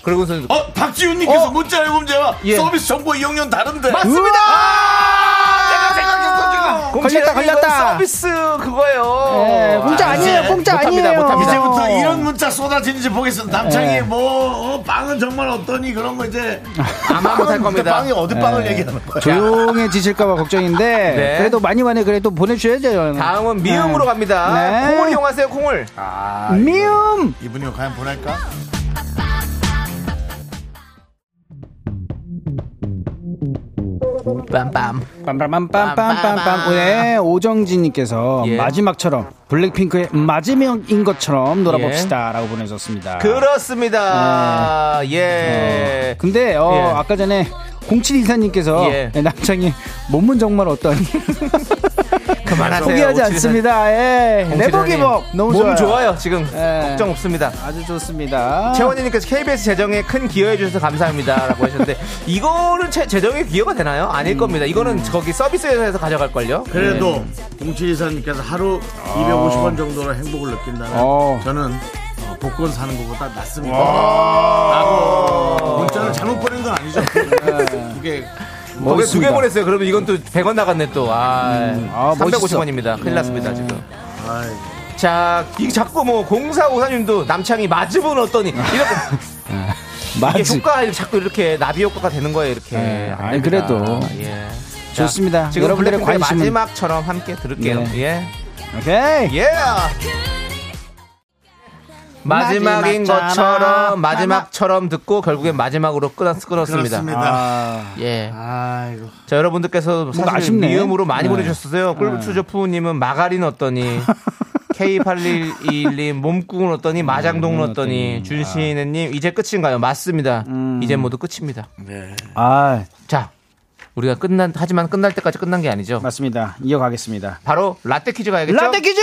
Speaker 2: 그리고서
Speaker 1: 어, 박지훈님께서 문자 요금제와
Speaker 2: 예.
Speaker 1: 서비스 정보 이용료는 다른데.
Speaker 2: 맞습니다.
Speaker 1: 내가 생각했어, 지금.
Speaker 2: 공채
Speaker 6: 걸렸다, 걸렸다.
Speaker 2: 서비스 그거예요.
Speaker 6: 네, 공짜 아니에요,
Speaker 1: 네,
Speaker 6: 공짜
Speaker 2: 못합니다,
Speaker 6: 아니에요.
Speaker 2: 못합니다.
Speaker 1: 이제부터 이런 문자 쏟아지는지 보겠습니다.
Speaker 2: 네.
Speaker 1: 남창이 뭐 어, 빵은 정말 어떠니 그런 거 이제
Speaker 2: [laughs] 아마 못할
Speaker 1: 빵은
Speaker 2: 겁니다.
Speaker 1: 빵이 어디 빵을 얘기하는 거야?
Speaker 6: [laughs] 조용해지실까봐 걱정인데
Speaker 2: 네.
Speaker 6: 그래도 많이 많이 그래도 보내주셔야죠.
Speaker 2: 다음은 미음으로
Speaker 6: 네.
Speaker 2: 갑니다.
Speaker 6: 네.
Speaker 2: 콩을 이용하세요, 콩을.
Speaker 1: 아,
Speaker 6: 미음.
Speaker 1: 이분이 과연 보낼까?
Speaker 2: 빰빰.
Speaker 6: 빰빰빰빰빰빰. 네, 오정진님께서
Speaker 2: 예.
Speaker 6: 마지막처럼 블랙핑크의 마지막인 것처럼
Speaker 2: 예.
Speaker 6: 놀아봅시다라고 보내줬습니다. 어,
Speaker 2: 그렇습니다. 예.
Speaker 6: 근데 네. 어,
Speaker 2: 예.
Speaker 6: 아까 전에 0724님께서 네,
Speaker 2: 예.
Speaker 6: 남창이 몸은 정말 어떠니?
Speaker 2: [laughs] 그만하세요.
Speaker 6: 포기하지
Speaker 2: 오칠이사-
Speaker 6: 않습니다. 예. 내복이복 너무
Speaker 2: 몸
Speaker 6: 좋아요.
Speaker 2: 좋아요. 지금
Speaker 6: 예.
Speaker 2: 걱정 없습니다.
Speaker 6: 아주 좋습니다.
Speaker 2: 최원희님께서 KBS 재정에 큰 기여해 주셔서 감사합니다라고 하셨는데 이거는 재- 재정에 기여가 되나요? 아닐 겁니다. 이거는 거기 서비스에서 가져갈 걸요.
Speaker 1: 그래도
Speaker 2: 네.
Speaker 1: 공칠이사님께서 하루 250원 정도로 행복을 느낀다면
Speaker 6: 어.
Speaker 1: 저는 어, 복권 사는 것보다 낫습니다.
Speaker 2: 어,
Speaker 1: 라고 문자를 잘못 보낸 건 아니죠.
Speaker 2: 네.
Speaker 1: 그게
Speaker 2: 두개
Speaker 6: 멋있습니다.
Speaker 2: 보냈어요. 그러면 이건 또 100원 나갔네 또. 아,
Speaker 6: 아,
Speaker 2: 350원입니다. 큰일 났습니다 지금. 자, 이 자꾸 뭐 공사 오사님도 남창이 맞으면 어떠니 [laughs] 이렇게 이게
Speaker 6: 맞지.
Speaker 2: 효과 자꾸 이렇게 나비 효과가 되는 거예요 이렇게.
Speaker 6: 예,
Speaker 2: 안
Speaker 6: 아니,
Speaker 2: 됩니다.
Speaker 6: 그래도
Speaker 2: 예. 자,
Speaker 6: 좋습니다.
Speaker 2: 지금 여러분들의
Speaker 6: 여러분들의
Speaker 2: 네. 관심
Speaker 6: 관심은
Speaker 2: 마지막처럼 함께 들을게요.
Speaker 6: 오케이.
Speaker 2: 예. 예. 마지막인
Speaker 6: 마지막잖아.
Speaker 2: 것처럼 마지막처럼 듣고 결국엔 마지막으로 끊었, 끊었습니다.
Speaker 1: 그렇습니다. 아.
Speaker 6: 아,
Speaker 2: 예.
Speaker 1: 아이고.
Speaker 2: 자 여러분들께서 사실
Speaker 6: 아쉽네.
Speaker 2: 미음으로 많이
Speaker 6: 네.
Speaker 2: 보내주셨어요. 꿀추저푸님은 마가린 어떠니? K8121님 몸국은 어떠니? 마장동은 어떠니? 준신혜님 이제 끝인가요? 맞습니다. 이제 모두 끝입니다.
Speaker 6: 아
Speaker 2: 자 우리가 끝난 하지만 끝날 때까지 끝난 게 아니죠.
Speaker 6: 맞습니다. 이어가겠습니다.
Speaker 2: 바로 라떼 퀴즈 가야겠죠?
Speaker 6: 라떼 퀴즈!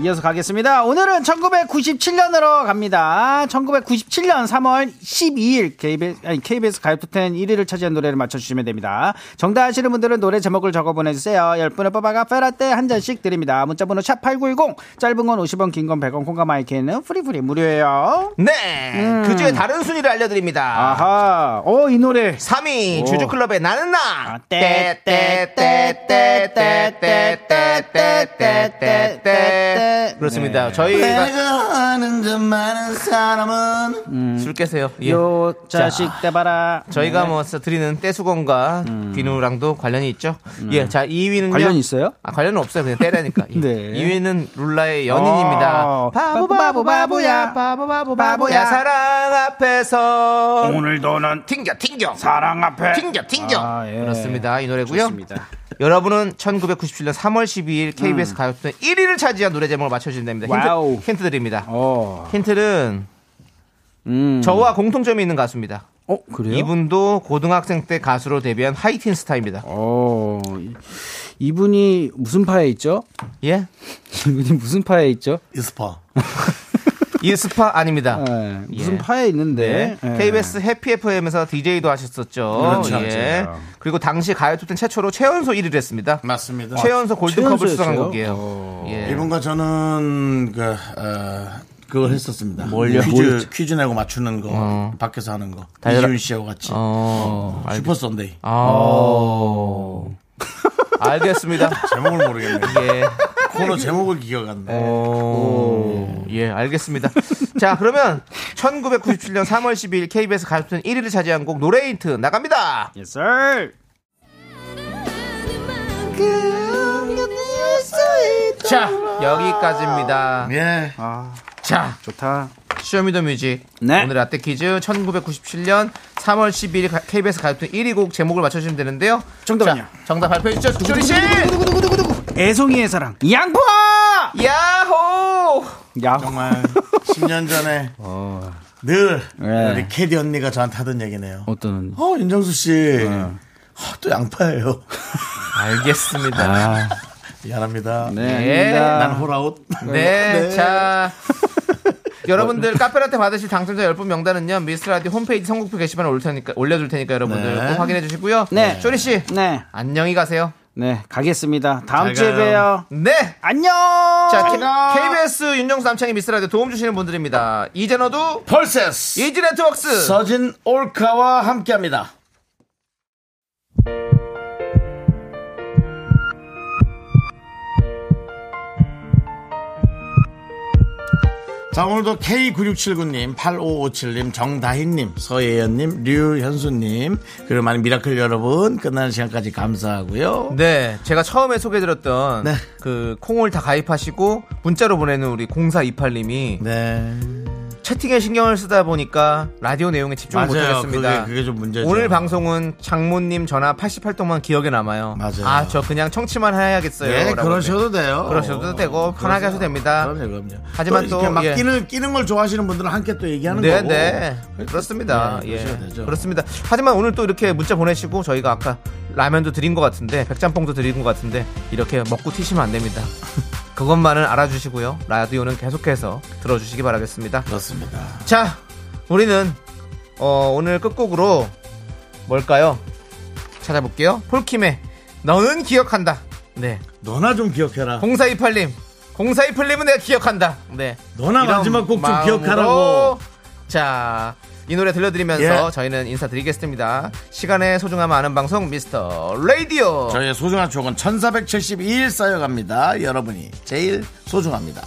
Speaker 6: 이어서 가겠습니다. 오늘은 1997년으로 갑니다. 1997년 3월 12일 KBS, 아니, KBS 가입투텐 1위를 차지한 노래를 맞춰주시면 됩니다. 정답 아시는 분들은 노래 제목을 적어 보내주세요. 10분을 뽑아가 페라떼 한 잔씩 드립니다. 문자번호 샵8910 짧은 건 50원 긴 건 100원 콩과 마이크는 프리프리 무료예요.
Speaker 2: 네. 그 중에 다른 순위를 알려드립니다.
Speaker 6: 아하. 어, 이 노래.
Speaker 2: 3위
Speaker 6: 오.
Speaker 2: 주주클럽의 나는 나.
Speaker 6: 아, 떼, 떼, 떼, 떼, 떼, 떼, 떼, 떼, 떼, 떼, 네. 떼.
Speaker 2: 그렇습니다. 저희가
Speaker 1: 내가 아는 점 많은 사람은
Speaker 2: 술 깨세요. 예.
Speaker 6: 음. 요 네. 자식
Speaker 2: 자,
Speaker 6: 떼봐라.
Speaker 2: 저희가 뭐 드리는 떼수건과 비누랑도 관련이 있죠. 예, 자 2위는
Speaker 6: 음. 관련 있어요?
Speaker 2: 아, 관련은 없어요. 그냥
Speaker 6: [laughs]
Speaker 2: 때라니까. 예.
Speaker 6: 네.
Speaker 2: 2위는 룰라의 연인입니다.
Speaker 6: 어.
Speaker 2: 바보 바보 바보야, 바보 바보 바보야. 사랑 앞에서
Speaker 6: 오늘도 는
Speaker 2: 튕겨 튕겨.
Speaker 6: 사랑 앞에
Speaker 2: 튕겨 튕겨.
Speaker 6: 아, 예.
Speaker 2: 그렇습니다. 이 노래고요.
Speaker 6: 좋습니다.
Speaker 2: 여러분은 1997년 3월 12일 KBS 가요톱 1위를 차지한 노래 제목을 맞춰주시면 됩니다. 힌트,
Speaker 6: 음. 와우.
Speaker 2: 힌트 드립니다.
Speaker 6: 어.
Speaker 2: 힌트는
Speaker 6: 음.
Speaker 2: 저와 공통점이 있는 가수입니다.
Speaker 6: 어, 그래요?
Speaker 2: 이분도 고등학생 때 가수로 데뷔한 하이틴 스타입니다.
Speaker 6: 어. 이분이 무슨 파에 있죠? [laughs]
Speaker 2: 예?
Speaker 6: 이분이 무슨 파에
Speaker 2: [laughs]
Speaker 6: 있죠?
Speaker 1: 이스파.
Speaker 2: 이스파 아닙니다.
Speaker 6: 예, 무슨
Speaker 2: 예.
Speaker 6: 파에 있는데.
Speaker 2: 네.
Speaker 6: 예.
Speaker 2: KBS 해피 FM에서 DJ도 하셨었죠.
Speaker 1: 그렇죠.
Speaker 2: 예. 그리고 당시 가요톱텐 최초로 최연소 1위를 했습니다.
Speaker 1: 맞습니다.
Speaker 2: 최연소 골드컵을
Speaker 6: 아, 최연소였어요?
Speaker 2: 수상한 곡이에요. 예.
Speaker 1: 이분과 저는 그 어, 그걸 했었습니다. 퀴즈 퀴즈 내고 맞추는 거 밖에서 하는 거 이지윤 씨하고 같이
Speaker 2: 어, 알-
Speaker 1: 슈퍼 선데이
Speaker 2: 아.
Speaker 6: 어.
Speaker 2: [laughs] 알겠습니다.
Speaker 1: 제목을 모르겠네요.
Speaker 2: 예.
Speaker 1: 코너 제목을 기억한다.
Speaker 2: 어. 오. 예, 알겠습니다. 자, 그러면 1997년 3월 12일 KBS 가요톱텐 1위를 차지한 곡 노래 힌트 나갑니다.
Speaker 6: Yes, sir.
Speaker 2: 자, 여기까지입니다.
Speaker 1: 예.
Speaker 2: 자,
Speaker 6: 아, 좋다.
Speaker 2: 쇼미더뮤직
Speaker 6: 네.
Speaker 2: 오늘 라떼 퀴즈 1997년 3월 12일 가- KBS 가요톱 1위 곡 제목을 맞춰주시면 되는데요.
Speaker 6: 정답은요?
Speaker 2: 자, 정답 발표해 주죠. 두조리 씨.
Speaker 6: 애송이의 사랑. 양파!
Speaker 2: 야호.
Speaker 6: 야
Speaker 2: 아.
Speaker 1: 정말 10년 전에
Speaker 2: 어.
Speaker 1: 늘
Speaker 6: 예.
Speaker 1: 우리 캐디 언니가 저한테 하던 얘기네요.
Speaker 6: 어떤.
Speaker 1: 어, 윤정수 씨. 아, 또 양파예요.
Speaker 2: 알겠습니다.
Speaker 6: 아,
Speaker 1: 미안합니다.
Speaker 2: 예.
Speaker 6: 네.
Speaker 1: 난
Speaker 6: 아닙니다.
Speaker 1: 호라웃. [laughs]
Speaker 2: 네, 자.
Speaker 6: [laughs]
Speaker 2: 여러분들 카페라테 받으실 당첨자 10분 명단은요. 미스 라디오 홈페이지 선곡표 게시판에 올릴 테니까 올려둘 테니까 여러분들
Speaker 1: 네.
Speaker 2: 꼭 확인해 주시고요.
Speaker 6: 네.
Speaker 2: 쇼리 씨.
Speaker 6: 네.
Speaker 2: 안녕히 가세요.
Speaker 6: 네, 가겠습니다.
Speaker 1: 잘
Speaker 6: 다음 주에
Speaker 1: 가요.
Speaker 6: 봬요.
Speaker 2: 네.
Speaker 6: 안녕!
Speaker 2: 자,
Speaker 6: 잘 가.
Speaker 2: K, b s 윤정수 남창희 미스 라디오 도움 주시는 분들입니다. 이젠어두
Speaker 1: 펄세스.
Speaker 2: 이지 네트워크스
Speaker 1: 서진 올카와 함께합니다. 자, 오늘도 K9679님, 8557님, 정다희님, 서예연님, 류현수님, 그리고 많은 미라클 여러분, 끝나는 시간까지 감사하고요.
Speaker 2: 네, 제가 처음에 소개드렸던
Speaker 1: 네.
Speaker 2: 그 콩을 다 가입하시고 문자로 보내는 우리 0428님이
Speaker 1: 네.
Speaker 2: 채팅에 신경을 쓰다 보니까 라디오 내용에 집중을
Speaker 1: 맞아요.
Speaker 2: 못하겠습니다.
Speaker 1: 그게- 그게 좀 문제죠.
Speaker 2: 오늘 방송은 장모님 전화 88통만 기억에 남아요.
Speaker 1: 맞아요.
Speaker 2: 아, 저 그냥 청취만 해야겠어요.
Speaker 1: 네,
Speaker 2: 라고
Speaker 1: 그러셔도 돼요.
Speaker 2: 그러셔도 되고, 편하게 하셔도 됩니다.
Speaker 1: 그럼요, 그럼요.
Speaker 2: 하지만 또,
Speaker 1: 이렇게 막
Speaker 2: 예.
Speaker 1: 끼는, 끼는 걸 좋아하시는 분들은 함께 또 얘기하는
Speaker 2: 네,
Speaker 1: 거고.
Speaker 2: 네. 그렇습니다.
Speaker 1: 네,
Speaker 2: 예.
Speaker 1: 그러셔야 되죠.
Speaker 2: 그렇습니다. 하지만 오늘 또 이렇게 문자 보내시고 저희가 아까 라면도 드린 것 같은데 백짬뽕도 드린 것 같은데 이렇게 먹고 튀시면 안 됩니다. [laughs] 그것만은 알아주시고요. 라디오는 계속해서 들어주시기 바라겠습니다.
Speaker 1: 그렇습니다.
Speaker 2: 자, 우리는 어, 오늘 끝곡으로 뭘까요? 찾아볼게요. 폴킴의 너는 기억한다. 네.
Speaker 1: 너나 좀 기억해라.
Speaker 2: 0428님. 0428님은 내가 기억한다. 네.
Speaker 1: 너나
Speaker 2: 이런
Speaker 1: 마지막 곡 좀
Speaker 2: 마음으로
Speaker 1: 기억하라고.
Speaker 2: 자, 이 노래 들려드리면서
Speaker 1: 예.
Speaker 2: 저희는 인사드리겠습니다. 시간의 소중함 아는 방송 미스터 라디오.
Speaker 1: 저희의 소중한 추억은 1472일 쌓여갑니다. 여러분이 제일 소중합니다.